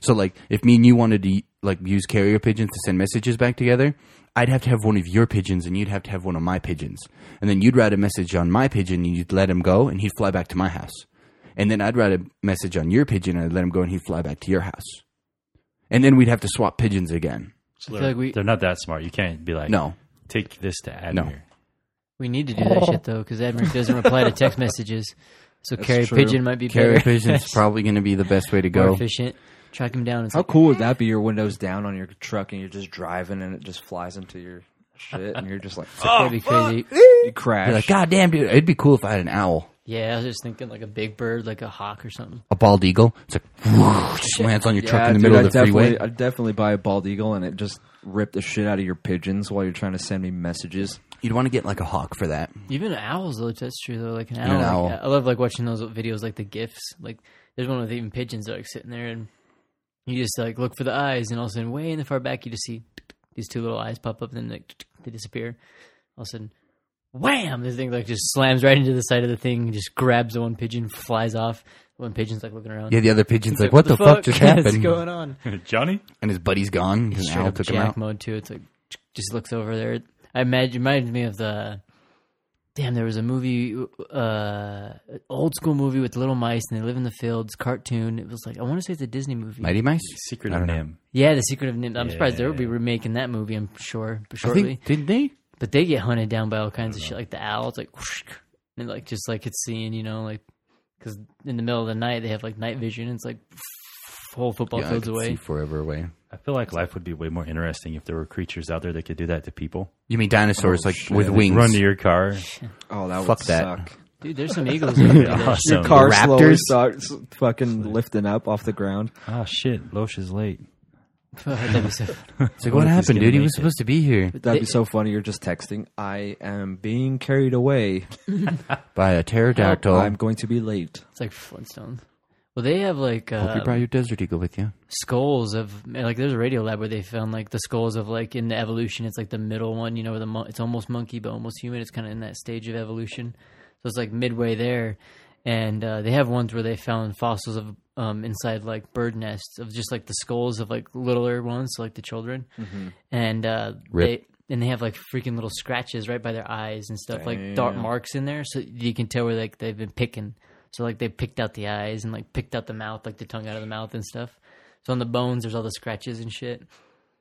Speaker 1: So like, if me and you wanted to like use carrier pigeons to send messages back together, I'd have to have one of your pigeons, and you'd have to have one of my pigeons, and then you'd write a message on my pigeon, and you'd let him go, and he'd fly back to my house, and then I'd write a message on your pigeon, and I'd let him go, and he'd fly back to your house, and then we'd have to swap pigeons again.
Speaker 5: I feel like we
Speaker 7: They're not that smart. You can't be like,
Speaker 1: No,
Speaker 7: take this to Admir.
Speaker 1: No.
Speaker 5: we need to do
Speaker 6: Oh.
Speaker 5: that shit though because Admiral doesn't reply to text messages. So carry
Speaker 6: true.
Speaker 5: pigeon might be
Speaker 1: carrier
Speaker 5: better.
Speaker 1: pigeon's probably going to be the best way to
Speaker 5: more
Speaker 1: go.
Speaker 5: efficient. Track him down. It's
Speaker 6: How
Speaker 5: like,
Speaker 6: cool would that be? Your windows down on your truck, and you're just driving, and it just flies into your shit, and you're just like,
Speaker 5: that'd be crazy.
Speaker 6: you crash.
Speaker 1: You're like, God damn, dude, it'd be cool if I had an owl,
Speaker 5: Yeah, I was just thinking like a big bird, like a hawk or something.
Speaker 1: a bald eagle. It's like, whoosh, just lands on your truck in the middle
Speaker 6: I
Speaker 1: of the freeway.
Speaker 6: I definitely buy a bald eagle and it just ripped the shit out of your pigeons while you're trying to send me messages.
Speaker 1: You'd want to get like a hawk for that.
Speaker 5: Even owls, though, that's true. Though, like an
Speaker 1: an
Speaker 5: owl. like,
Speaker 1: owl.
Speaker 5: I love like watching those videos, like the gifs. Like there's one with even pigeons that are like, sitting there, and you just like look for the eyes, and all of a sudden, way in the far back, you just see these two little eyes pop up, and then like, they disappear. All of a sudden, wham! This thing like just slams right into the side of the thing, and just grabs the one pigeon, flies off. One pigeon's like looking around.
Speaker 1: Yeah, the other pigeon's like, what the fuck, just
Speaker 5: What's
Speaker 1: happened?
Speaker 5: going on?
Speaker 7: Johnny?
Speaker 1: And his buddy's gone. 'cause an
Speaker 5: straight
Speaker 1: owl
Speaker 5: up
Speaker 1: took him
Speaker 5: jack
Speaker 1: out.
Speaker 5: mode too. It's like just looks over there. I imagine reminded me of the damn. There was a movie, uh, old school movie with little mice and they live in the fields. Cartoon. It was like I want to say it's a Disney movie.
Speaker 1: Mighty Mice?
Speaker 7: Secret
Speaker 1: I
Speaker 7: of
Speaker 1: don't know.
Speaker 7: Nim.
Speaker 5: Yeah, The Secret of Nim. I'm surprised they'll
Speaker 7: Yeah.
Speaker 5: be remaking that movie. I'm sure
Speaker 1: I
Speaker 5: shortly,
Speaker 1: think, did they?
Speaker 5: but they get hunted down by all kinds of shit, like the owl. It's like whoosh, and like just like it's seen, you know, like because in the middle of the night they have like night vision. It's like whole football
Speaker 1: I
Speaker 5: fields
Speaker 1: could
Speaker 5: away.
Speaker 1: see forever away.
Speaker 7: I feel like life would be way more interesting if there were creatures out there that could do that to people.
Speaker 1: You mean dinosaurs, like with
Speaker 7: Just
Speaker 1: wings?
Speaker 7: Run to your car.
Speaker 6: Oh, that
Speaker 1: Fuck
Speaker 6: would
Speaker 1: that.
Speaker 6: suck.
Speaker 5: Dude, there's some eagles. that do that shit.
Speaker 7: awesome.
Speaker 6: Car slowly
Speaker 1: Raptors?
Speaker 6: starts fucking lifting up off the ground.
Speaker 7: Oh, shit. Losh is late.
Speaker 5: That'd be so
Speaker 1: It's like, what
Speaker 7: if he's
Speaker 1: happened,
Speaker 7: gonna
Speaker 1: dude? He
Speaker 7: make
Speaker 1: was
Speaker 7: it?
Speaker 1: supposed to be here
Speaker 6: That'd be so funny. You're just texting. I am being carried away.
Speaker 1: by a pterodactyl.
Speaker 6: I'm going to be late.
Speaker 5: It's like Flintstones. Well, they have like
Speaker 1: Hope you
Speaker 5: uh,
Speaker 1: brought your desert eagle with you.
Speaker 5: skulls of like. There's a radio lab where they found like the skulls of like in the evolution. It's like the middle one, you know, where the mon- it's almost monkey but almost human. It's kind of in that stage of evolution, so it's like midway there. And uh, they have ones where they found fossils of um, inside like bird nests of just like the skulls of like littler ones, so, like the children, and uh,
Speaker 1: Rip.
Speaker 5: they and they have like freaking little scratches right by their eyes and stuff, like dark marks in there, so you can tell where like they've been picking. So like they picked out the eyes and like picked out the mouth, like the tongue out of the mouth and stuff. So on the bones, there's all the scratches and shit,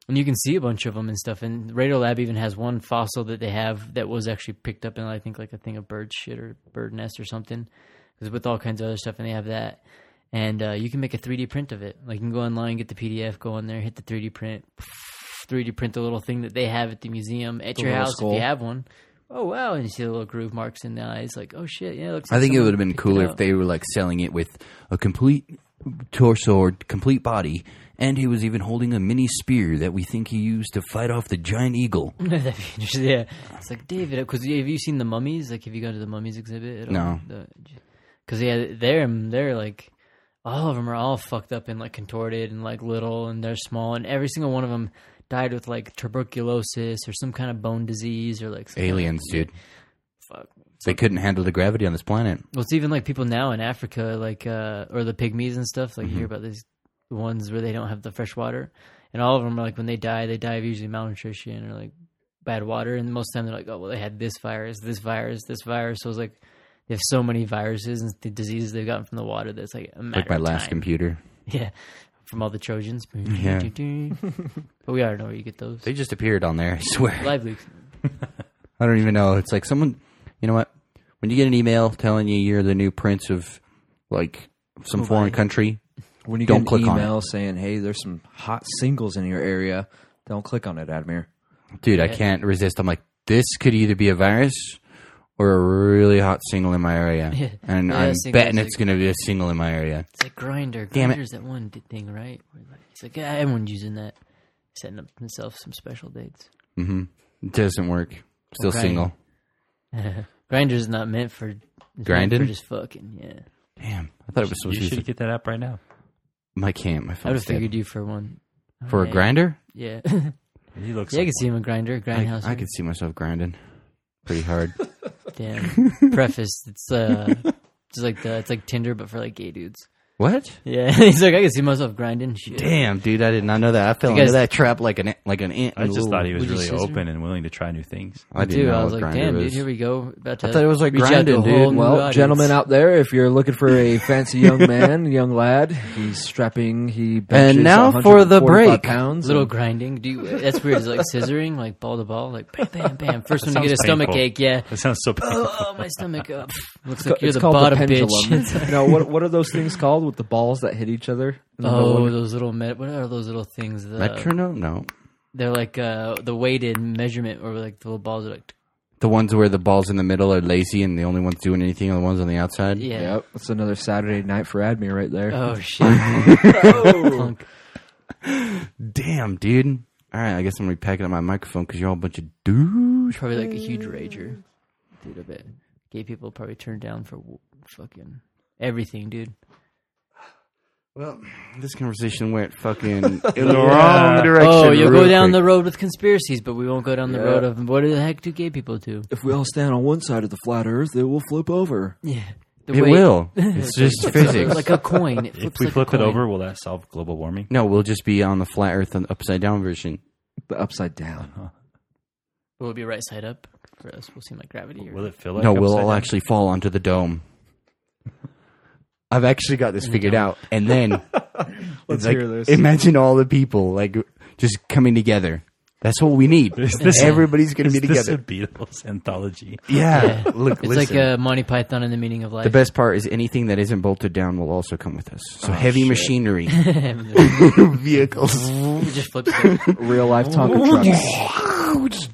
Speaker 5: and you can see a bunch of them and stuff. And Radiolab even has one fossil that they have that was actually picked up in I think like a thing of bird shit or bird nest or something, 'Cause with all kinds of other stuff, and they have that. And uh, you can make a 3D print of it. Like you can go online, get the PDF, go on there, hit the 3D print, 3D print the little thing that they have at the museum at your
Speaker 6: little
Speaker 5: house
Speaker 6: skull.
Speaker 5: if you have one. Oh wow! And you see the little groove marks in the eyes, like oh shit, yeah. It looks
Speaker 1: I
Speaker 5: like
Speaker 1: think it
Speaker 5: someone
Speaker 1: would have been
Speaker 5: picked it
Speaker 1: cooler
Speaker 5: up.
Speaker 1: if they were like selling it with a complete torso or complete body, and he was even holding a mini spear that we think he used to fight off the giant eagle.
Speaker 5: That'd be interesting. Yeah, it's like David. Because have you seen the mummies? Like, have you gone to the mummies exhibit? At
Speaker 1: No.
Speaker 5: Because yeah, they're they're like all of them are all fucked up and like contorted and like little and they're small and every single one of them died with like tuberculosis or some kind of bone disease or like some kind of-
Speaker 1: Aliens, dude.
Speaker 5: fuck.
Speaker 1: They couldn't handle the gravity on this planet.
Speaker 5: Well, it's even like people now in Africa, like uh, or the pygmies and stuff. Like
Speaker 1: Mm-hmm.
Speaker 5: you hear about these ones where they don't have the fresh water, and all of them are like when they die, they die of usually malnutrition or like bad water. And most of the time they're like, oh well, they had this virus, this virus, this virus. So it's like they have so many viruses and the diseases they've gotten from the water that's like a matter
Speaker 1: Like my
Speaker 5: of
Speaker 1: last
Speaker 5: time.
Speaker 1: computer.
Speaker 5: yeah, from all the Trojans.
Speaker 1: Yeah.
Speaker 5: but we already know where you get those.
Speaker 1: They just appeared on there, I swear.
Speaker 5: Live leaks.
Speaker 1: I don't even know. It's like someone, you know what? When you get an email telling you you're the new prince of like some foreign country,
Speaker 6: When you
Speaker 1: Don't
Speaker 6: get
Speaker 1: click
Speaker 6: an
Speaker 1: on
Speaker 6: email saying, "Hey, there's some hot singles in your area," don't click on it, Admir.
Speaker 1: dude, I can't resist. I'm like, this could either be a virus or a really hot single in my area, and
Speaker 5: Yeah,
Speaker 1: I'm
Speaker 5: singles
Speaker 1: betting
Speaker 5: is
Speaker 1: it's going to be a single in my area.
Speaker 5: It's like grinder.
Speaker 1: Damn it.
Speaker 5: Grinder's that one d- thing, right? Where, like, It's like yeah, everyone's using that, setting up themselves some special dates.
Speaker 1: hmm It doesn't work. Still
Speaker 5: Okay.
Speaker 1: single.
Speaker 5: Grinder's not meant for it's meant
Speaker 1: Grinding?
Speaker 5: for just fucking yeah.
Speaker 1: Damn, I thought it was supposed
Speaker 7: You
Speaker 1: to
Speaker 7: should
Speaker 1: be.
Speaker 7: get that app right now.
Speaker 1: My can't. My
Speaker 5: I would
Speaker 1: phone's
Speaker 5: have
Speaker 1: dead.
Speaker 5: figured you for one.
Speaker 1: For a
Speaker 5: Yeah.
Speaker 1: grinder,
Speaker 5: Yeah, yeah,
Speaker 7: He looks.
Speaker 5: I
Speaker 7: like
Speaker 5: could see him a grinder,
Speaker 1: I,
Speaker 5: grindhouse.
Speaker 1: I could see myself grinding pretty hard.
Speaker 5: damn. Preface. It's uh, just like the it's like Tinder but for like gay dudes.
Speaker 1: what?
Speaker 5: Yeah, he's like I could see myself grinding. Shit.
Speaker 1: Damn, dude, I did not know that. I fell
Speaker 5: You guys-
Speaker 1: into that trap like an like an ant.
Speaker 7: I just thought he was
Speaker 5: Would you
Speaker 7: really
Speaker 5: scissor?
Speaker 7: open and willing to try new things.
Speaker 1: I didn't
Speaker 5: Dude,
Speaker 1: know
Speaker 5: I was
Speaker 1: what
Speaker 5: like,
Speaker 1: Grindr
Speaker 5: damn, dude,
Speaker 1: was.
Speaker 5: here we go. About to
Speaker 1: I thought it was like
Speaker 5: reach out to a
Speaker 1: grinding,
Speaker 5: whole
Speaker 1: dude.
Speaker 5: new
Speaker 1: Well,
Speaker 5: audience.
Speaker 6: Gentlemen out there, if you're looking for a fancy young man, young lad, he's strapping. He benches
Speaker 1: And now for the
Speaker 6: 145
Speaker 1: break.
Speaker 6: Pounds
Speaker 5: little
Speaker 6: and-
Speaker 5: grinding. Do you, that's weird. It's like scissoring, like ball to ball, like bam, bam, bam. First one to
Speaker 7: sounds
Speaker 5: get a stomach
Speaker 7: painful.
Speaker 5: ache. Yeah.
Speaker 7: That sounds so. painful.
Speaker 5: Oh, my stomach up. Looks
Speaker 6: It's
Speaker 5: like you're the
Speaker 6: called
Speaker 5: bottom
Speaker 6: pendulum.
Speaker 5: bitch.
Speaker 6: no, what what are those things called with the balls that hit each other? in the middle
Speaker 5: oh,
Speaker 6: of-
Speaker 5: those little met. What are those little things? The,
Speaker 1: Metronome? No.
Speaker 5: They're like uh, the weighted measurement, or like the little balls are like.
Speaker 1: The ones where the balls in the middle are lazy and the only ones doing anything are the ones on the outside?
Speaker 5: Yeah.
Speaker 6: yep, that's another Saturday night for Admir right there.
Speaker 5: Oh shit. oh.
Speaker 1: Damn, dude. All right, I guess I'm repacking up my microphone because you're all a bunch of douche.
Speaker 5: Probably like a huge rager, dude. I bet gay people probably turn down for w- fucking everything, dude.
Speaker 1: Well, this conversation went fucking in the wrong direction.
Speaker 5: Oh, you'll
Speaker 1: real
Speaker 5: go down
Speaker 1: quick.
Speaker 5: the road with conspiracies, but we won't go down the
Speaker 6: Yeah.
Speaker 5: road of what the heck do gay people do?
Speaker 6: If we all stand on one side of the flat Earth, it will flip over.
Speaker 5: Yeah. The
Speaker 1: It
Speaker 5: weight-
Speaker 1: will. It's just physics.
Speaker 5: Like a coin. It
Speaker 7: If
Speaker 5: flips
Speaker 7: we
Speaker 5: like a
Speaker 7: flip it
Speaker 5: coin.
Speaker 7: over, will that solve global warming?
Speaker 1: No, we'll just be on the flat earth and upside down version.
Speaker 6: The upside down.
Speaker 5: Will it be right side up? For us, we'll seem like gravity. Or...
Speaker 7: Will it feel like?
Speaker 1: no, we'll
Speaker 7: upside
Speaker 1: all
Speaker 7: down?
Speaker 1: actually fall onto the dome. I've actually got this figured out. And then
Speaker 6: Let's
Speaker 1: like,
Speaker 6: hear this.
Speaker 1: imagine all the people like just coming together. That's what we need.
Speaker 7: this-
Speaker 1: Everybody's going to be
Speaker 7: Is this
Speaker 1: together.
Speaker 7: a Beatles anthology?
Speaker 1: yeah. Look,
Speaker 5: It's
Speaker 1: listen.
Speaker 5: like a Monty Python and the meaning of life.
Speaker 1: the best part is anything that isn't bolted down will also come with us.
Speaker 5: Oh,
Speaker 1: So heavy machinery, vehicles
Speaker 5: It just flips it.
Speaker 6: Real life Tonka truck.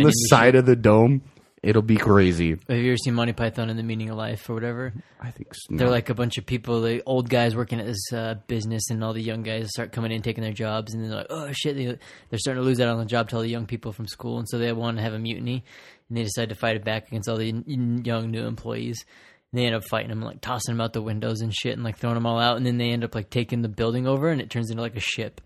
Speaker 5: it in
Speaker 1: the
Speaker 5: your
Speaker 1: side of the dome. It'll be crazy.
Speaker 5: Have you ever seen Monty Python and the meaning of life or whatever?
Speaker 1: I think so.
Speaker 5: They're like a bunch of people, the old guys working at this uh, business, and all the young guys start coming in, taking their jobs, and they're like, "Oh shit!" They, they're starting to lose out on the job to all the young people from school, and so they want to have a mutiny, and they decide to fight it back against all the n- young new employees. And they end up fighting them, like tossing them out the windows and shit, and like throwing them all out, and then they end up like taking the building over, and it turns into like a ship.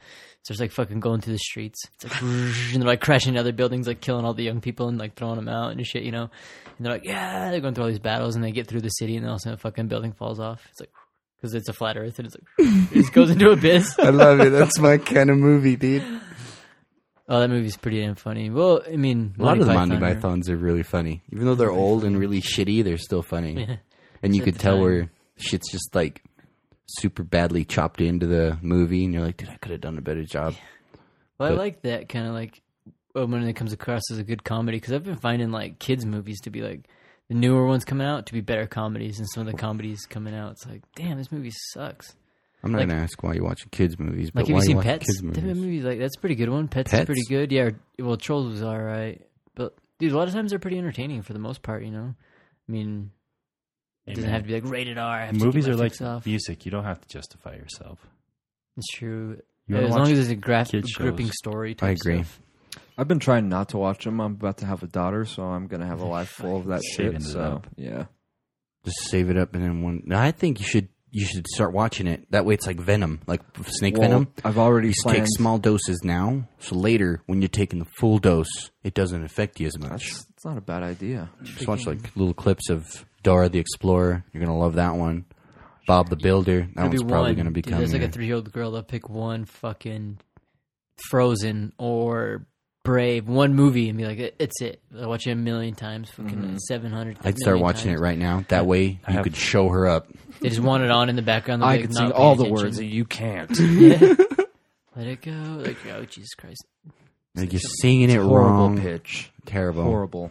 Speaker 5: So it's like fucking going through the streets. It's like, and they're like crashing into other buildings, like killing all the young people and like throwing them out and shit, you know? And they're like, yeah, they're going through all these battles and they get through the city and then all of a sudden a fucking building falls off. It's like, because it's a flat earth and it's like, it just goes into abyss.
Speaker 1: I love it. That's my kind of movie, dude.
Speaker 5: Oh, that movie's pretty damn funny. Well, I mean,
Speaker 1: A lot of the Monty
Speaker 5: Python are-
Speaker 1: Pythons are really funny. Even though they're old and really shitty, they're still funny. And you
Speaker 5: At
Speaker 1: could
Speaker 5: the
Speaker 1: tell
Speaker 5: time.
Speaker 1: where shit's just like super badly chopped into the movie, and you're like, dude, I could have done a better job.
Speaker 5: Well, I
Speaker 1: but-
Speaker 5: like that kind of like uh, when it comes across as a good comedy because I've been finding like kids' movies to be like the newer ones coming out to be better comedies and some of the comedies coming out. It's like, damn, this movie sucks.
Speaker 1: I'm not
Speaker 5: Like-
Speaker 1: gonna ask why you watch kids movies, but
Speaker 5: Like, have
Speaker 1: why
Speaker 5: you seen
Speaker 1: watch
Speaker 5: Pets?
Speaker 1: kids
Speaker 5: That
Speaker 1: movies?
Speaker 5: movie's like that's a pretty good one. Pets,
Speaker 1: Pets?
Speaker 5: is pretty good. Yeah. or- Well, Trolls was all right, but dude, a lot of times they're pretty entertaining for the most part. You know, I mean, it doesn't
Speaker 7: Amen.
Speaker 5: have to be like rated R. I have to keep
Speaker 7: Movies
Speaker 5: my
Speaker 7: are like
Speaker 5: freaks off.
Speaker 7: music. You don't have to justify yourself.
Speaker 5: It's true.
Speaker 7: You wanna
Speaker 5: as
Speaker 7: watch
Speaker 5: long as it's a graph,
Speaker 7: kid shows.
Speaker 5: gripping story. Type
Speaker 1: I agree.
Speaker 5: stuff.
Speaker 6: I've been trying not to watch them. I'm about to have a daughter, so I'm gonna have a life full of that
Speaker 7: Saving
Speaker 6: shit.
Speaker 7: it
Speaker 6: So
Speaker 7: up.
Speaker 6: yeah,
Speaker 1: Just save it up and then one. I think you should you should start watching it. That way, it's like venom, like snake
Speaker 6: Well,
Speaker 1: venom.
Speaker 6: I've already
Speaker 1: You
Speaker 6: planned.
Speaker 1: take small doses now, so later when you're taking the full dose, it doesn't affect you as much.
Speaker 6: That's, that's not a bad idea.
Speaker 1: Just watch like little clips of Dora the Explorer. You're gonna love that one. Bob the Builder. That
Speaker 5: Maybe
Speaker 1: one's probably
Speaker 5: one.
Speaker 1: gonna be
Speaker 5: Dude,
Speaker 1: coming.
Speaker 5: There's like a
Speaker 1: here.
Speaker 5: three year old girl that'll pick one fucking Frozen or Brave, one movie, and be like, "It- it's it. I'll watch it a million times, fucking 700
Speaker 1: Mm-hmm. I'd start watching it right now. That way you
Speaker 7: have-
Speaker 1: could show her up.
Speaker 5: They just want it on in the background.
Speaker 6: I
Speaker 5: like,
Speaker 6: can
Speaker 5: not
Speaker 6: sing
Speaker 5: paying
Speaker 6: all the
Speaker 5: attention.
Speaker 6: words, and you can't.
Speaker 5: Let it go. Like, oh, Jesus Christ.
Speaker 1: Like you're singing it
Speaker 6: Horrible
Speaker 1: wrong.
Speaker 6: pitch.
Speaker 1: Terrible.
Speaker 6: Horrible.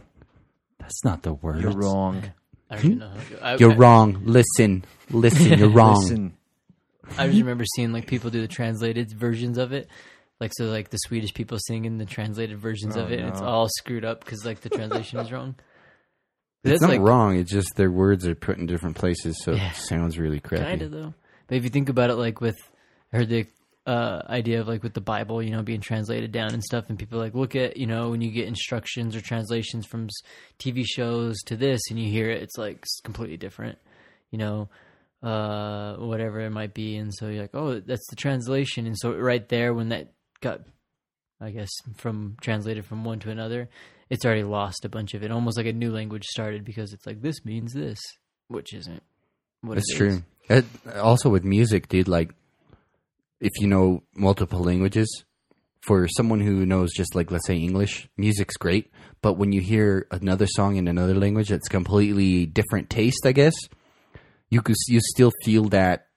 Speaker 7: That's not the word.
Speaker 6: You're wrong.
Speaker 5: I don't even know how to go. I,
Speaker 1: You're
Speaker 5: I-
Speaker 1: wrong. Listen, listen. You're wrong.
Speaker 6: Listen,
Speaker 5: I just remember seeing like people do the translated versions of it. Like so, like the Swedish people singing the translated versions
Speaker 1: Oh,
Speaker 5: of it, and it's all screwed up because like the translation is wrong.
Speaker 1: It's
Speaker 5: That's
Speaker 1: not
Speaker 5: like
Speaker 1: wrong. It's just their words are put in different places, so
Speaker 5: Yeah.
Speaker 1: it sounds really crappy.
Speaker 5: kind of though. But if you think about it, like with I heard the uh, idea of like with the Bible, you know, being translated down and stuff, and people like look at you know when you get instructions or translations from s- TV shows to this, and you hear it, it's like s- completely different, you know, uh, whatever it might be, and so you're like, oh, that's the translation, and so right there when that got, I guess, from translated from one to another. It's already lost a bunch of it, almost like a new language started because it's like this means this, which isn't. What
Speaker 1: That's
Speaker 5: it is.
Speaker 1: true. That, also with music, dude, like if you know multiple languages, for someone who knows just like let's say English, music's great. But when you hear another song in another language that's completely different taste, I guess you could you still feel that.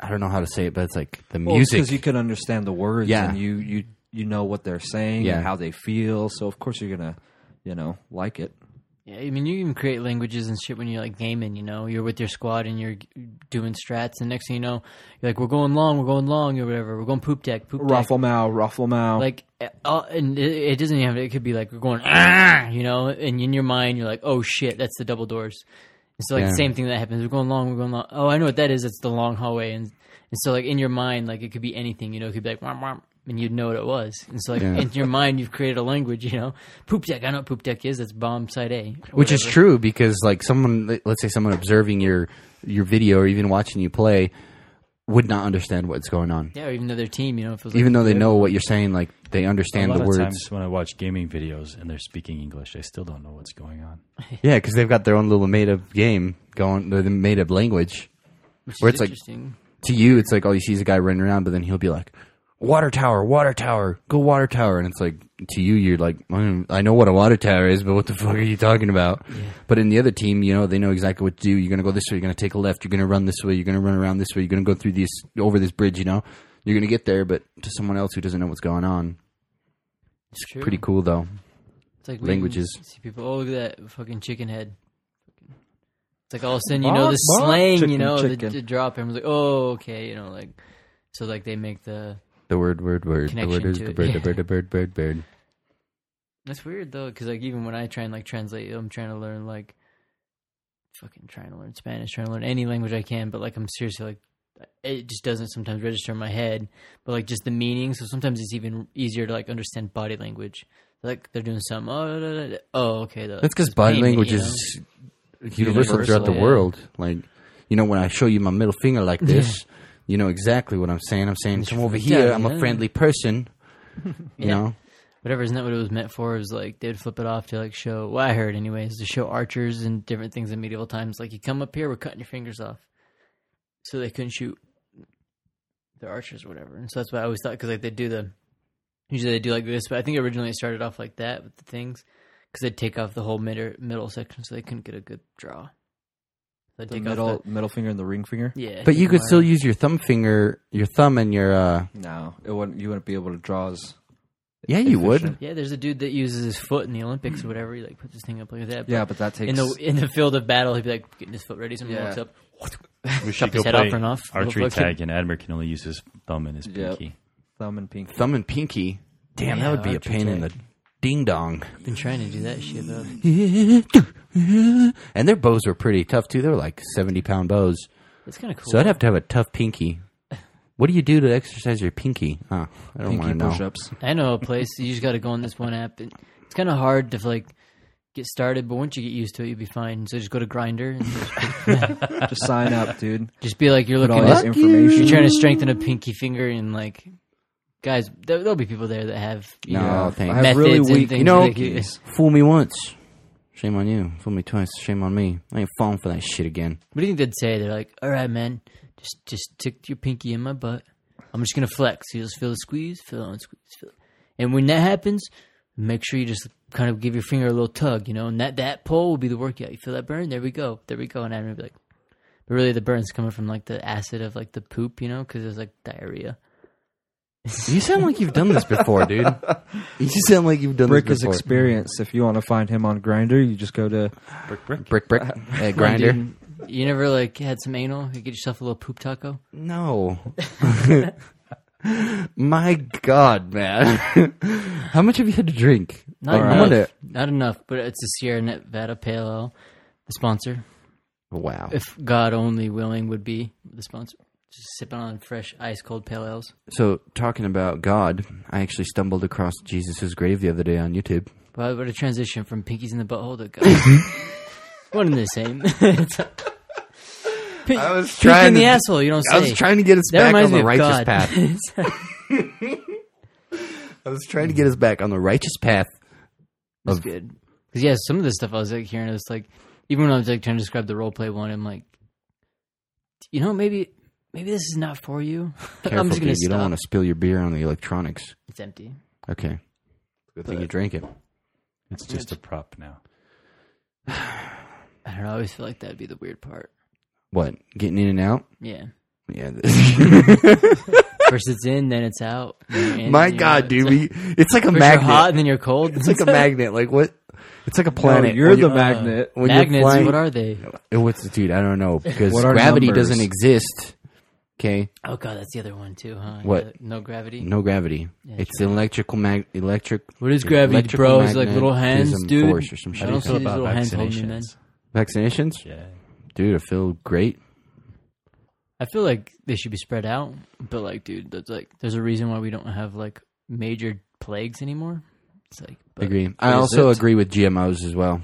Speaker 1: I don't know how to say it, but it's like the music.
Speaker 6: because you can understand the words,
Speaker 1: Yeah.
Speaker 6: and you you you know what they're saying,
Speaker 1: Yeah.
Speaker 6: and how they feel. So of course you're gonna, you know, like it.
Speaker 5: Yeah, I mean, you can create languages and shit when you're like gaming. You know, you're with your squad and you're doing strats, and next thing you know, you're like, "We're going long, we're going long, or whatever. We're going poop deck, poop deck."
Speaker 6: Ruffle Mao, Ruffle Mao.
Speaker 5: Like, uh, uh, and it, it doesn't even have. It could be like we're going, "Ah," you know, and in your mind, you're like, "Oh shit, that's the double doors." And so like the
Speaker 1: Yeah.
Speaker 5: same thing that happens. We're going long, we're going long. Oh, I know what that is. It's the long hallway, and and so like in your mind, like it could be anything. You know, it could be like, womp, womp, and you'd know what it was. And so like
Speaker 1: Yeah.
Speaker 5: in your mind, you've created a language. You know, poop deck. I know what poop deck is. That's bomb side A, or
Speaker 1: which is
Speaker 5: whatever.
Speaker 1: true because like someone let's say someone observing your your video or even watching you play would not understand what's going on
Speaker 5: Yeah, or even though their team, you know, if it was like,
Speaker 1: even though they know what you're saying like they
Speaker 7: a
Speaker 1: understand
Speaker 7: lot
Speaker 1: the
Speaker 7: of
Speaker 1: words
Speaker 7: times when I watch gaming videos and they're speaking English, I still don't know what's going on.
Speaker 1: yeah because they've got their own little made-up game going their made-up language
Speaker 5: which
Speaker 1: where
Speaker 5: is
Speaker 1: it's like-
Speaker 5: interesting.
Speaker 1: to you it's like all you see is a guy running around but then he'll be like water tower water tower go water tower and it's like to you you're like "I don't- i know what a water tower is but what the fuck are you talking about but in the other team you know they know exactly what to do you're gonna go this way you're gonna take a left you're gonna run this way you're gonna run around this way you're gonna go through this over this bridge you know you're gonna get there but to someone else who doesn't know what's going on
Speaker 5: It's true.
Speaker 1: pretty cool though
Speaker 5: It's like we
Speaker 1: languages.
Speaker 5: can See people. Oh, look at that fucking chicken head. It's like all of a sudden, you know, the slang, you
Speaker 6: chicken,
Speaker 5: know, the,
Speaker 6: chicken.
Speaker 5: the drop. Everyone's like, oh, okay, you know, like. So like they make the
Speaker 1: the word word word the word
Speaker 5: Connection
Speaker 1: is
Speaker 5: to
Speaker 1: the
Speaker 5: it,
Speaker 1: bird
Speaker 5: yeah.
Speaker 1: the bird the bird bird bird
Speaker 5: that's weird though because like even when I try and like translate I'm trying to learn like fucking trying to learn Spanish trying to learn any language I can but like I'm seriously like it just doesn't sometimes register in my head but like just the meaning so sometimes it's even easier to like understand body language like they're doing something oh, da, da, da, da. oh okay
Speaker 1: That's because body language is universal,
Speaker 5: Universal,
Speaker 1: throughout the
Speaker 5: yeah.
Speaker 1: world. Like, you know, when I show you my middle finger like this, you know exactly what I'm saying. I'm saying, come over here. I'm a
Speaker 5: Yeah.
Speaker 1: friendly person. You
Speaker 5: Yeah.
Speaker 1: know,
Speaker 5: whatever isn't that what it was meant for is like they'd flip it off to like show what i heard anyways to show archers and different things in medieval times like you come up here we're cutting your fingers off so they couldn't shoot their archers or whatever and so that's why i always thought because like they do the usually they do like this but i think originally it started off like that with the things because they'd take off the whole mid- middle section so they couldn't get a good draw they'd
Speaker 6: the
Speaker 5: take
Speaker 6: middle
Speaker 5: off
Speaker 6: middle finger and the ring finger.
Speaker 5: the, yeah
Speaker 1: but you could
Speaker 5: Mine.
Speaker 1: still use your thumb finger, your thumb, and your. uh
Speaker 6: No, it wouldn't. You wouldn't be able to draw as.
Speaker 1: Yeah, you would.
Speaker 6: efficient.
Speaker 5: yeah there's a dude that uses his foot in the olympics or whatever he like puts his thing up like that but
Speaker 6: Yeah, but that takes
Speaker 5: in the in the field of battle, he'd be like getting his foot ready. Someone
Speaker 6: Yeah.
Speaker 5: walks up,
Speaker 7: We
Speaker 5: Chop his head off and off.
Speaker 7: archery
Speaker 5: Look-
Speaker 7: tag, and Admiral can only use his thumb and his
Speaker 6: Yep.
Speaker 7: pinky.
Speaker 6: thumb and pinky.
Speaker 1: Thumb and pinky. Damn,
Speaker 5: Yeah,
Speaker 1: that would be a
Speaker 5: archery
Speaker 1: pain in the
Speaker 5: tag.
Speaker 1: ding dong.
Speaker 5: Been trying to do that shit though.
Speaker 1: And their bows were pretty tough too. They were like seventy pound bows,
Speaker 5: It's kind of cool.
Speaker 1: so I'd have to have a tough pinky. What do you do to exercise your pinky? Huh, Oh, I don't
Speaker 6: Pinky
Speaker 1: want to know.
Speaker 6: push-ups.
Speaker 5: I know a place. You just got to go on this one app. And it's kind of hard to like get started, but once you get used to it, you'll be fine. So just go to Grinder and
Speaker 6: Just sign up, dude.
Speaker 5: just be like you're
Speaker 6: Put all
Speaker 5: looking
Speaker 6: this
Speaker 5: at
Speaker 6: information.
Speaker 5: you're trying to strengthen a pinky finger and like guys, there, there'll be people there that have you
Speaker 1: No,
Speaker 5: know,
Speaker 1: thank
Speaker 6: I have
Speaker 5: methods
Speaker 6: really
Speaker 5: and
Speaker 6: weak.
Speaker 5: things.
Speaker 1: You know-
Speaker 5: that you-
Speaker 1: Fool me once. Shame on you. Fool me twice. Shame on me. I ain't falling for that shit again.
Speaker 5: What do you think they'd say? They're like, "All right, man, just just stick your pinky in my butt. I'm just gonna flex. You just feel the squeeze, feel and squeeze, feel." it." And when that happens, make sure you just kind of give your finger a little tug, you know. And that that pull will be the workout. You feel that burn? There we go. There we go. And I'm gonna be like, but really, the burn's coming from like the acid of like the poop, you know, because there's like diarrhea.
Speaker 1: You sound like you've done this before, dude. You sound like you've done
Speaker 6: Brick
Speaker 1: this
Speaker 6: is
Speaker 1: before.
Speaker 6: experienced. If you want to find him on Grinder, you just go to
Speaker 7: Brick, brick.
Speaker 1: brick, brick, uh, grinder.
Speaker 5: Dude, you never like had some anal? You get yourself a little poop taco.
Speaker 1: No. My God, man. How much have you had to drink?
Speaker 5: Not
Speaker 1: Like, I
Speaker 5: enough.
Speaker 1: wonder-
Speaker 5: Not enough. But it's a Sierra Nevada Pale Ale, the sponsor.
Speaker 1: Wow.
Speaker 5: if God only willing would be the sponsor. Just sipping on fresh ice cold pale ales.
Speaker 1: So, talking about God, I actually stumbled across Jesus' grave the other day on YouTube.
Speaker 5: But what a transition from pinkies in the butthole to God.
Speaker 1: Mm-hmm.
Speaker 5: One and the same. I
Speaker 1: was trying
Speaker 5: in the
Speaker 1: to-
Speaker 5: asshole. You don't say.
Speaker 1: I was trying to get us
Speaker 5: That
Speaker 1: back
Speaker 5: reminds
Speaker 1: on
Speaker 5: me
Speaker 1: the
Speaker 5: of
Speaker 1: righteous
Speaker 5: God.
Speaker 1: path. I was trying to get us back on the righteous path.
Speaker 5: That's good. Because yeah, some of the stuff I was like hearing, it's like even when I was like trying to describe the role play one, I'm like, you know, maybe maybe this is not for you. I'm
Speaker 1: Careful,
Speaker 5: just gonna
Speaker 1: dude. You don't
Speaker 5: stop.
Speaker 1: want to spill your beer on the electronics.
Speaker 5: It's empty.
Speaker 1: Okay. Good thing you drank it.
Speaker 7: It's just a prop now.
Speaker 5: I don't know. I always feel like that'd be the weird part.
Speaker 1: What? Getting in and out?
Speaker 5: Yeah.
Speaker 1: Yeah.
Speaker 5: First it's in, then it's out. then you're in,
Speaker 1: My
Speaker 5: then you're
Speaker 1: God,
Speaker 5: out.
Speaker 1: dude. We, it's like a
Speaker 5: First
Speaker 1: magnet.
Speaker 5: you're hot and then you're cold.
Speaker 1: It's like a magnet. Like what? It's like a planet.
Speaker 6: No, Oh, you're
Speaker 1: When
Speaker 6: the
Speaker 1: you- uh,
Speaker 6: magnet.
Speaker 1: when you're
Speaker 5: Magnets,
Speaker 1: flying-
Speaker 5: what are they?
Speaker 1: It- What's dude? I don't know because
Speaker 6: What are
Speaker 1: gravity
Speaker 6: numbers?
Speaker 1: doesn't exist. Okay,
Speaker 5: Oh god, that's the other one too, huh?
Speaker 1: What?
Speaker 5: Yeah, No gravity.
Speaker 1: no gravity. it's electrical mag electric.
Speaker 5: What is gravity,
Speaker 1: electrical
Speaker 5: bro? It's like little
Speaker 1: magnetism
Speaker 5: hands, dude.
Speaker 1: Force or some
Speaker 5: I
Speaker 1: shit.
Speaker 5: don't
Speaker 1: like
Speaker 5: feel
Speaker 1: that.
Speaker 5: These little hands holding me, man.
Speaker 1: Vaccinations,
Speaker 7: Yeah.
Speaker 1: dude. I feel great.
Speaker 5: I feel like they should be spread out, but like, dude, that's like, there's a reason why we don't have like major plagues anymore. It's like, but
Speaker 1: agree. I
Speaker 5: is
Speaker 1: also
Speaker 5: it?
Speaker 1: agree with GMOs as well.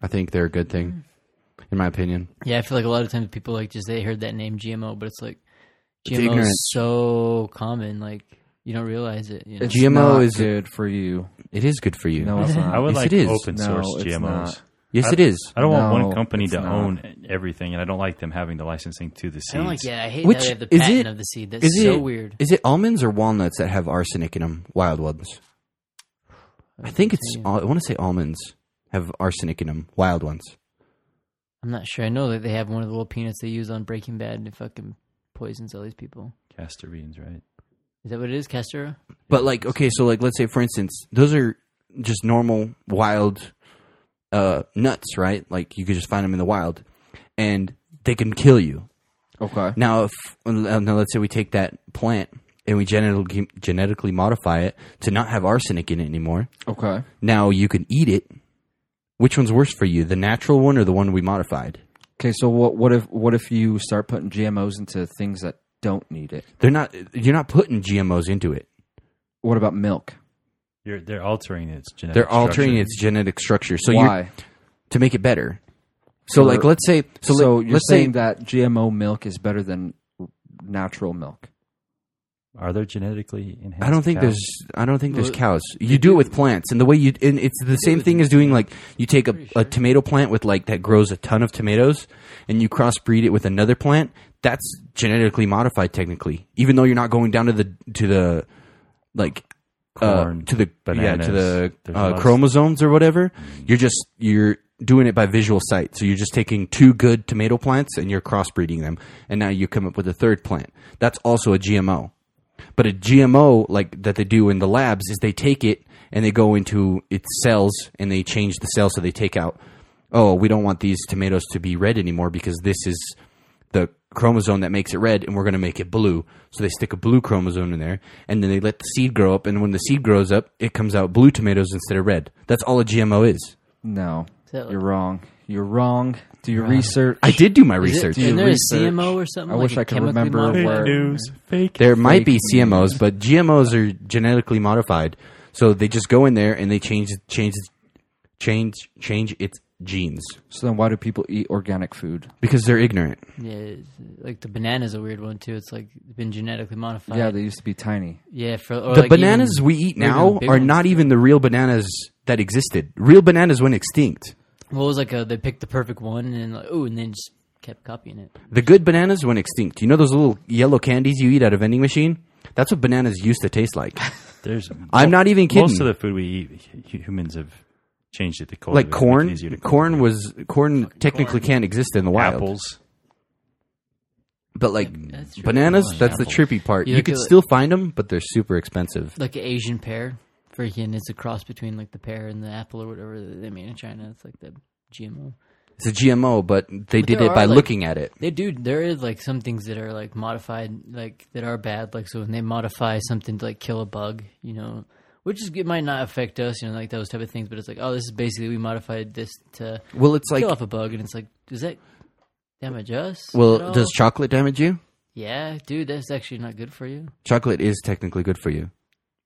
Speaker 1: I think they're a good thing,
Speaker 5: Mm.
Speaker 1: in my opinion.
Speaker 5: yeah, I feel like a lot of times people like just they heard that name GMO, but it's like GMO
Speaker 1: ignorant.
Speaker 5: is so common, like you don't realize it. You know?
Speaker 6: it's
Speaker 1: GMO
Speaker 6: not
Speaker 1: is-
Speaker 6: good for you.
Speaker 1: It is good for you.
Speaker 6: No, it's not.
Speaker 7: I would
Speaker 1: Yes,
Speaker 7: like
Speaker 1: it is.
Speaker 7: open
Speaker 6: No,
Speaker 7: source
Speaker 6: it's
Speaker 7: GMOs.
Speaker 6: not.
Speaker 1: yes, it is.
Speaker 7: I don't want
Speaker 6: No,
Speaker 7: one company
Speaker 6: it's
Speaker 7: to
Speaker 6: not.
Speaker 7: own everything, and I don't like them having the licensing to the seeds.
Speaker 5: I don't like. Yeah, I hate
Speaker 1: Which
Speaker 5: that they have the
Speaker 1: is
Speaker 5: patent
Speaker 1: it-
Speaker 5: of the seed. That's
Speaker 1: Is
Speaker 5: so
Speaker 1: it
Speaker 5: weird.
Speaker 1: Is it almonds or walnuts that have arsenic in them? Wild ones. I think it's. al- I want to say almonds have arsenic in them. Wild ones.
Speaker 5: I'm not sure. I know that they have one of the little peanuts they use on Breaking Bad and it fucking poisons all these people.
Speaker 7: Castor beans, right?
Speaker 5: Is that what it is, Castor?
Speaker 1: But like, okay, so like, let's say for instance, those are just normal wild uh, nuts, right? Like you could just find them in the wild, and they can kill you.
Speaker 6: Okay.
Speaker 1: Now, if uh, now let's say we take that plant and we genetically genetically modify it to not have arsenic in it anymore.
Speaker 6: Okay.
Speaker 1: Now you can eat it. Which one's worse for you, the natural one or the one we modified?
Speaker 6: Okay. So what? What if? What if you start putting GMOs into things that don't need it?
Speaker 1: They're not. You're not putting GMOs into it.
Speaker 6: What about milk?
Speaker 7: You're, they're altering its genetic.
Speaker 1: They're altering
Speaker 7: structure.
Speaker 1: its genetic structure. So you're
Speaker 6: Why?
Speaker 1: to make it better. So
Speaker 6: For-
Speaker 1: like, let's say. So,
Speaker 6: So,
Speaker 1: let,
Speaker 6: you're
Speaker 1: let's
Speaker 6: saying
Speaker 1: say
Speaker 6: that GMO milk is better than natural milk?
Speaker 7: Are there genetically enhanced?
Speaker 1: I don't think
Speaker 7: cows?
Speaker 1: there's I don't think there's cows. You do it with plants, and the way you and it's the same thing as doing like you take a, a tomato plant with like that grows a ton of tomatoes, and you crossbreed it with another plant. That's genetically modified technically, even though you're not going down to the to the like uh,
Speaker 7: Corn,
Speaker 1: to the
Speaker 7: bananas.
Speaker 1: yeah to the
Speaker 7: There's a lot
Speaker 1: uh,
Speaker 7: of-
Speaker 1: chromosomes or whatever. You're just you're doing it by visual sight. So you're just taking two good tomato plants and you're crossbreeding them, and now you come up with a third plant. That's also a GMO. But a GMO like that they do in the labs is they take it and they go into its cells and they change the cells so they take out oh we don't want these tomatoes to be red anymore because this is the chromosome that makes it red and we're going to make it blue. So they stick a blue chromosome in there and then they let the seed grow up and when the seed grows up it comes out blue tomatoes instead of red. That's all a GMO is.
Speaker 6: No,
Speaker 5: that like-
Speaker 6: you're wrong. You're wrong. Do your research.
Speaker 1: I did do my research.
Speaker 6: Do you
Speaker 5: Isn't there
Speaker 6: research?
Speaker 5: a CMO or something?
Speaker 6: I wish
Speaker 5: I
Speaker 6: I could remember where- News,
Speaker 7: fake.
Speaker 1: There might be
Speaker 6: Fake
Speaker 1: CMOs, but GMOs are genetically modified. So they just go in there and they change change change change its genes
Speaker 6: So then, why do people eat organic food?
Speaker 1: because they're ignorant.
Speaker 5: Yeah, it's- like the banana's a weird one too. It's like been genetically modified.
Speaker 6: Yeah, they used to be tiny.
Speaker 5: yeah. For or
Speaker 1: the
Speaker 5: like
Speaker 1: bananas
Speaker 5: even-
Speaker 1: we eat
Speaker 5: even
Speaker 1: now
Speaker 5: big
Speaker 1: are
Speaker 5: ones.
Speaker 1: not even the real bananas that existed. Real bananas went extinct.
Speaker 5: What was like a, they picked the perfect one and like ooh, and then just kept copying it.
Speaker 1: The good bananas went extinct. You know those little yellow candies you eat at a vending machine? That's what bananas used to taste like.
Speaker 7: There's
Speaker 1: I'm not even kidding.
Speaker 7: Most of the food we eat, hu- humans have changed it to cultivate.
Speaker 1: like
Speaker 7: Make it
Speaker 1: corn,
Speaker 7: easier to
Speaker 1: corn
Speaker 7: cultivate.
Speaker 1: was corn technically can't exist in the wild.
Speaker 7: apples.
Speaker 1: but like
Speaker 5: that's true.
Speaker 1: bananas,
Speaker 7: Corn,
Speaker 1: that's the
Speaker 7: apples.
Speaker 1: trippy part.
Speaker 5: You
Speaker 1: You,
Speaker 5: look
Speaker 1: could
Speaker 5: at, like-
Speaker 1: still find 'em, find them, but they're super expensive.
Speaker 5: Like an Asian pear, freaking, it's a cross between like the pear and the apple or whatever that they made in China. It's like the GMO.
Speaker 1: It's a GMO, but they did
Speaker 5: there
Speaker 1: it by
Speaker 5: are, like-
Speaker 1: looking at it.
Speaker 5: They do. There is like some things that are like modified, like that are bad. Like so, when they modify something to like kill a bug, you know, which is it might not affect us, you know, like those type of things. But it's like, oh, this is basically we modified this to
Speaker 1: Well, it's like
Speaker 5: kill off a bug, and it's like, does that damage us? at
Speaker 1: well,
Speaker 5: all?
Speaker 1: does chocolate damage you?
Speaker 5: yeah, dude, that's actually not good for you,
Speaker 1: Chocolate is technically good for you.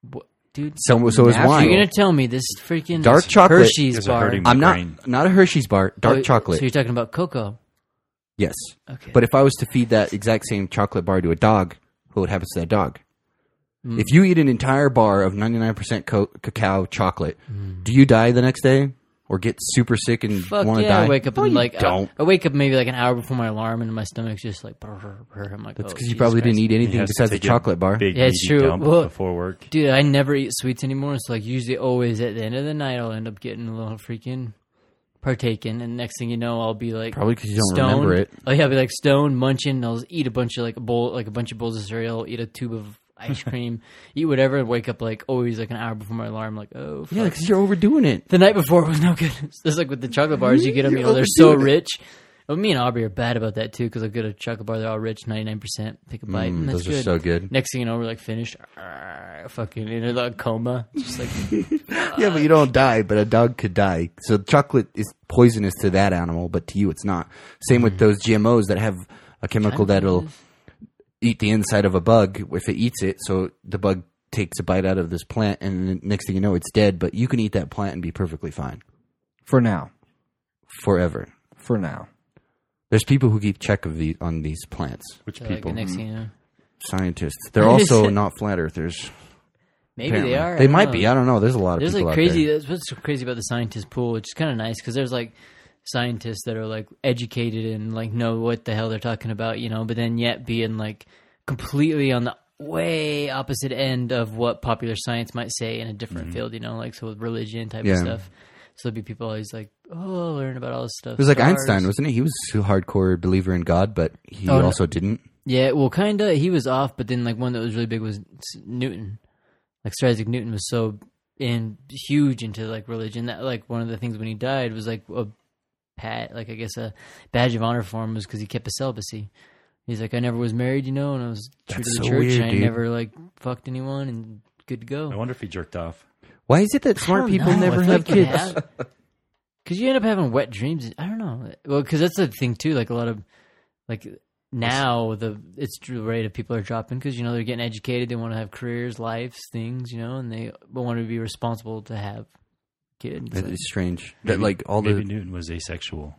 Speaker 5: what, dude.
Speaker 1: So so is
Speaker 6: Natural.
Speaker 1: wine.
Speaker 5: You're gonna tell me this freaking
Speaker 1: Dark chocolate
Speaker 5: Hershey's
Speaker 7: is a
Speaker 5: bar?
Speaker 7: hurting-
Speaker 1: I'm
Speaker 7: Brain.
Speaker 1: not not a Hershey's bar. Dark
Speaker 5: Oh,
Speaker 1: chocolate.
Speaker 5: So you're talking about cocoa?
Speaker 1: yes.
Speaker 5: Okay.
Speaker 1: But if I was to feed that exact same chocolate bar to a dog, what would happen to that dog?
Speaker 5: Hmm.
Speaker 1: If you eat an entire bar of 99% co- cacao chocolate, do you die the next day or get super sick and
Speaker 5: Hmm. Fuck
Speaker 1: want to
Speaker 5: yeah!
Speaker 1: die?
Speaker 5: I wake up
Speaker 1: No,
Speaker 5: and
Speaker 1: you
Speaker 5: like uh, I-
Speaker 1: don't.
Speaker 5: I, wake up maybe like an hour before my alarm, and my stomach's just like. Brr, brr, brr. I'm like,
Speaker 1: That's
Speaker 5: oh,
Speaker 1: because you
Speaker 5: Jesus
Speaker 1: probably
Speaker 5: Christ.
Speaker 1: didn't eat
Speaker 7: He
Speaker 1: anything
Speaker 7: has to
Speaker 1: besides a
Speaker 7: take a
Speaker 1: chocolate bar.
Speaker 7: Big
Speaker 5: Yeah, it's
Speaker 7: meaty
Speaker 5: true.
Speaker 7: dump
Speaker 5: Well-
Speaker 7: before work.
Speaker 5: Dude, I never eat sweets anymore. So like usually always at the end of the night I'll end up getting a little freaking partaking, and next thing you know I'll be like
Speaker 1: Probably 'cause you don't
Speaker 5: stoned.
Speaker 1: remember it.
Speaker 5: Oh yeah, I'll be like stoned, munching. And I'll just eat a bunch of like a bowl, like a bunch of bowls of cereal, eat a tube of ice cream, eat whatever, and wake up like always like an hour before my alarm. Like oh fuck.
Speaker 1: Yeah, because you're overdoing it.
Speaker 5: the night before was no good. It's like with the chocolate bars, you get them, you know, they're so rich. Well, me and Aubrey are bad about that too because I get a chocolate bar, they're all rich, ninety nine percent. Take a bite, and that's
Speaker 1: Mm, Hmm, those are so good.
Speaker 5: Next thing you know, we're like finished, Arrgh, fucking in a like, coma. Just like
Speaker 1: Yeah, but you don't die, but a dog could die. So chocolate is poisonous to that animal, but to you it's not. Same
Speaker 5: Mm.
Speaker 1: with those GMOs that have a chemical that'll eat the inside of a bug if it eats it. So the bug takes a bite out of this plant, and the next thing you know, it's dead. But you can eat that plant and be perfectly fine
Speaker 6: For now,
Speaker 1: forever.
Speaker 6: for now.
Speaker 1: There's people who keep check of the on these plants.
Speaker 7: Which
Speaker 5: like, the
Speaker 7: people?
Speaker 1: hmm.
Speaker 5: next thing you know,
Speaker 1: Scientists. They're also not flat earthers.
Speaker 5: maybe
Speaker 1: apparently.
Speaker 5: they are. I
Speaker 1: They
Speaker 5: don't
Speaker 1: might
Speaker 5: know.
Speaker 1: be. I don't know. There's a lot of
Speaker 5: There's
Speaker 1: people
Speaker 5: like
Speaker 1: out
Speaker 5: crazy.
Speaker 1: there.
Speaker 5: That's what's so crazy about the scientist pool, which is kind of nice because there's like scientists that are like educated and like know what the hell they're talking about, you know, but then yet being like completely on the way opposite end of what popular science might say in a different field, you know, like so with religion type
Speaker 1: Mm-hmm. Yeah.
Speaker 5: of stuff. So there'd be people always like, oh, learn about all this stuff.
Speaker 1: It was like Einstein, wasn't it? He was a hardcore believer in God, but he
Speaker 5: Oh, no.
Speaker 1: also didn't.
Speaker 5: Yeah, well, kind of. He was off, but then like one that was really big was Newton. Like Sir Isaac Newton was so in huge into like religion that like one of the things when he died was like a pat, like I guess a badge of honor for him was because he kept a celibacy. He's like, I never was married, you know, and I was true
Speaker 1: That's
Speaker 5: to the
Speaker 1: so
Speaker 5: church,
Speaker 1: weird,
Speaker 5: and I
Speaker 1: dude.
Speaker 5: never like fucked anyone, and good to go.
Speaker 7: I wonder if he jerked off.
Speaker 1: Why is it that smart people never have kids?
Speaker 5: Because you end up having wet dreams. I don't know. Well, because that's the thing too. Like a lot of, like now the it's the rate of people are dropping because you know they're getting educated. They want to have careers, lives, things, you know, and they want to be responsible to have kids.
Speaker 1: That
Speaker 5: Like,
Speaker 1: is strange. that like all
Speaker 7: Maybe
Speaker 1: the
Speaker 7: Newton was asexual.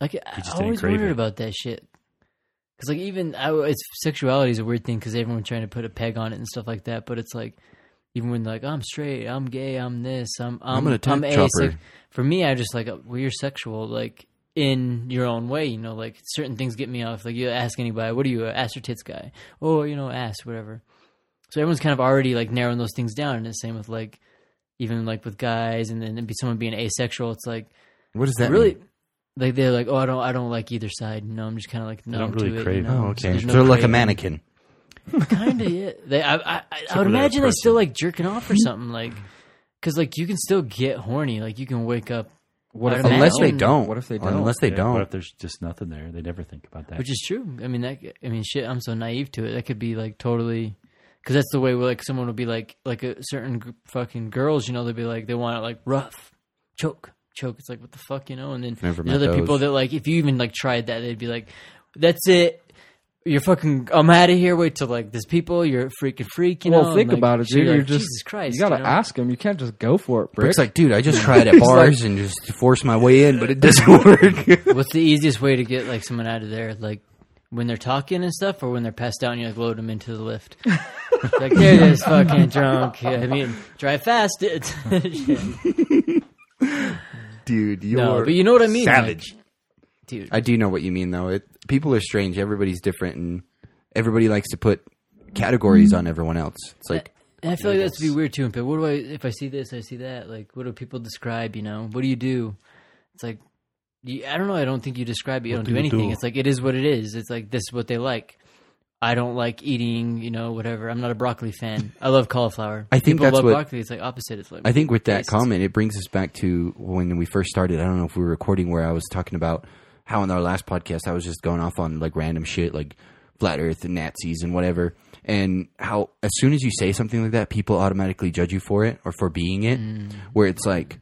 Speaker 5: Like
Speaker 7: He just
Speaker 5: I
Speaker 7: didn't
Speaker 5: always
Speaker 7: crave
Speaker 5: wondered
Speaker 7: it.
Speaker 5: about that shit. Because like even I, it's sexuality is a weird thing because everyone's trying to put a peg on it and stuff like that. But it's like even when like I'm straight, I'm gay, I'm this, I'm I'm,
Speaker 1: I'm an attack
Speaker 5: asex-
Speaker 1: chopper.
Speaker 5: For me, I just like uh, well, you're sexual like in your own way. You know, like certain things get me off. Like you ask anybody, what are you, a ass or tits guy? Oh, you know, ass, whatever. So everyone's kind of already like narrowing those things down. And it's same with like even like with guys and then it'd be someone being asexual. It's like
Speaker 1: what does that
Speaker 5: really
Speaker 1: mean?
Speaker 5: like they're like, oh, I don't, I don't like either side. No, I'm just kind of like, no,
Speaker 7: don't really
Speaker 5: to it, you
Speaker 7: crave it.
Speaker 5: know?
Speaker 1: Oh, okay.
Speaker 5: There's no
Speaker 1: They're like a
Speaker 5: craving.
Speaker 1: mannequin.
Speaker 5: Kind of, yeah. They, I, I, I, I
Speaker 7: for
Speaker 5: would
Speaker 7: that
Speaker 5: imagine they
Speaker 7: person.
Speaker 5: still like jerking off or something, like, because like you can still get horny. Like you can wake up, I
Speaker 6: What if
Speaker 5: don't
Speaker 1: Unless
Speaker 5: know.
Speaker 1: they don't.
Speaker 6: What if they don't?
Speaker 1: Unless they
Speaker 7: Yeah,
Speaker 1: don't.
Speaker 7: What if there's just nothing there? They never think about that.
Speaker 5: which is true. I mean, that. I mean, shit. I'm so naive to it. That could be like totally. Because that's the way where like someone will be like like a certain gr- fucking girls, you know, they'll be like they want it like rough, choke, choke. It's like what the fuck, you know. And then
Speaker 1: Never
Speaker 5: there's
Speaker 1: met
Speaker 5: other people
Speaker 1: those.
Speaker 5: that like if you even like tried that, they'd be like, that's it. you're fucking. I'm out of here. Wait till like there's people. You're a freaking freak. You
Speaker 6: well,
Speaker 5: know. and,
Speaker 6: think
Speaker 5: like,
Speaker 6: about it, dude. You're
Speaker 5: like,
Speaker 6: just
Speaker 5: Jesus Christ.
Speaker 6: You gotta
Speaker 5: know?
Speaker 6: ask him. You can't just go for it, Brick.
Speaker 1: Brick's like, dude, I just tried at bars and just forced my way in, but it doesn't work.
Speaker 5: What's the easiest way to get like someone out of there? Like when they're talking and stuff, or when they're passed out and you like load them into the lift. like they're just fucking drunk. Yeah, I mean, drive fast. It's
Speaker 1: dude, you
Speaker 5: no,
Speaker 1: are
Speaker 5: but you know what I mean, like,
Speaker 1: savage.
Speaker 5: dude.
Speaker 1: I do know what you mean, though. It people are strange. Everybody's different, and everybody likes to put categories
Speaker 5: Mm-hmm.
Speaker 1: on everyone else. It's like
Speaker 5: And I feel like that's be weird too. But what do I if I see this, I see that? Like, what do people describe? You know, what do you do? It's like, you, I don't know. I don't think you describe it. You don't do, anything. It's like it is what it is. It's like this is what they like. I don't like eating. You know, whatever. I'm not a broccoli fan. I love cauliflower.
Speaker 1: I think
Speaker 5: people
Speaker 1: that's
Speaker 5: love
Speaker 1: what-
Speaker 5: broccoli. It's like opposite. It's like
Speaker 1: I think with that
Speaker 5: tastes.
Speaker 1: comment, it brings us back to when we first started. I don't know if we were recording where I was talking about how in our last podcast I was just going off on like random shit like flat earth and Nazis and whatever. And how as soon as you say something like that, people automatically judge you for it or for being it. Where it's like,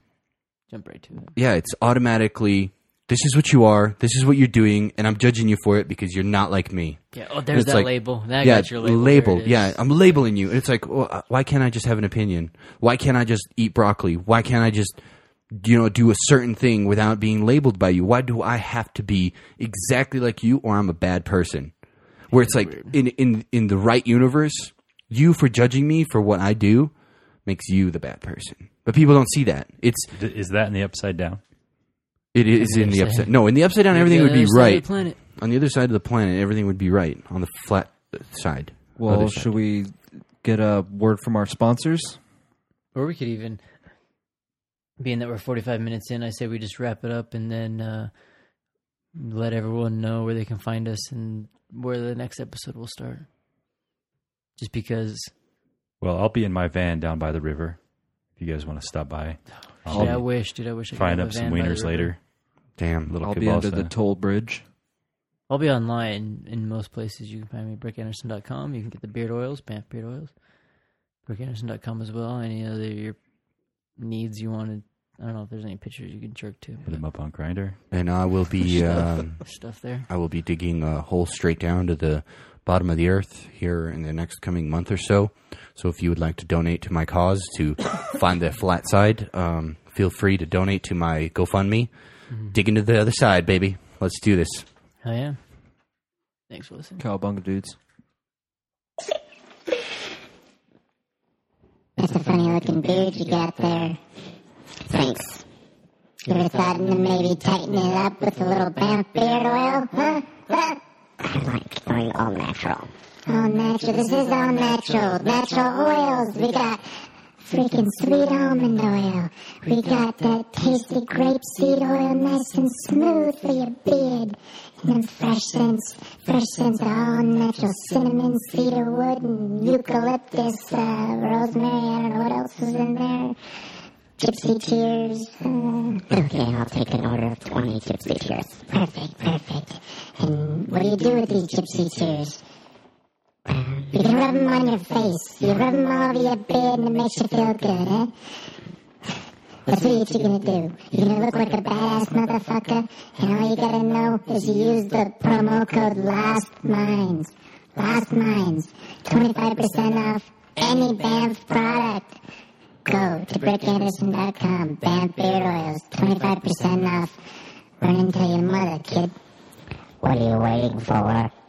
Speaker 5: jump right to it.
Speaker 1: yeah, it's automatically this is what you are, this is what you're doing, and I'm judging you for it because you're not like me.
Speaker 5: Yeah. Oh, there's
Speaker 1: it's
Speaker 5: that
Speaker 1: like-
Speaker 5: label. That
Speaker 1: yeah,
Speaker 5: got your label.
Speaker 1: labeled.
Speaker 5: There it is.
Speaker 1: Yeah, I'm labeling you. And it's like, well, uh, why can't I just have an opinion? Why can't I just eat broccoli? Why can't I just, you know, do a certain thing without being labeled by you? Why do I have to be exactly like you, or I'm a bad person? Where it's like in in in the right universe, you for judging me for what I do makes you the bad person. But people don't see that. It's
Speaker 7: D- Is that in the upside down?
Speaker 1: it is in the
Speaker 5: Understand.
Speaker 1: upside. No, in the upside down, everything
Speaker 5: The
Speaker 1: would be
Speaker 5: other side of the
Speaker 1: right.
Speaker 5: planet.
Speaker 1: On the other side of the planet, everything would be right. On the flat side.
Speaker 6: well,
Speaker 1: other side.
Speaker 6: should we get a word from our sponsors?
Speaker 5: Or we could even, being that we're 45 minutes in, I say we just wrap it up and then uh, let everyone know where they can find us and where the next episode will start. Just because,
Speaker 7: Well, I'll be in my van down by the river. If you guys want to stop by,
Speaker 5: dude, I
Speaker 7: I'll
Speaker 5: wish, dude, I wish I could
Speaker 7: find
Speaker 5: have
Speaker 7: up
Speaker 5: a
Speaker 7: some
Speaker 5: van by the
Speaker 7: wieners
Speaker 5: river.
Speaker 7: later.
Speaker 1: Damn, little
Speaker 6: I'll be
Speaker 7: Kielbasa.
Speaker 6: under the toll bridge.
Speaker 5: I'll be online in most places. You can find me at brickanderson.com. You can get the beard oils, Banff beard oils. Brickanderson.com as well. Any other your needs you want to. I don't know if there's any pictures you can jerk to,
Speaker 7: Put them up on Grinder.
Speaker 1: and I will be um,
Speaker 5: but stuff there.
Speaker 1: I will be digging a hole straight down to the bottom of the earth here in the next coming month or so. So if you would like to donate to my cause to find the flat side, um, feel free to donate to my GoFundMe. Dig into the other side, baby. Let's do this.
Speaker 5: Hell yeah. Thanks for listening.
Speaker 6: Cowabunga dudes.
Speaker 8: That's a funny looking beard you got there. Thanks. Give it a thought into maybe tightening it up with a little Banff beard oil, huh? Huh? I like going all natural. All natural. This is all natural. Natural oils. We got freaking sweet almond oil. We got that tasty grapeseed oil, nice and smooth for your beard. And then fresh scents, fresh scents of all natural cinnamon, cedarwood, and eucalyptus, uh, rosemary. I don't know what else was in there. Gypsy cheers. Uh, okay, I'll take an order of 20 gypsy cheers. Perfect, perfect. And what do you do with these gypsy cheers? You can rub 'em on your face. You rub 'em all over your beard and it makes you feel good, huh? That's what you're gonna do. You're gonna look like a badass motherfucker, and all you gotta know is you use the promo code Lost Minds. Lost Minds. 25% off any Banff product. Go to BrickAnderson.com. Banff Beard Oils. 25% off. Run and tell your mother, kid. What are you waiting for?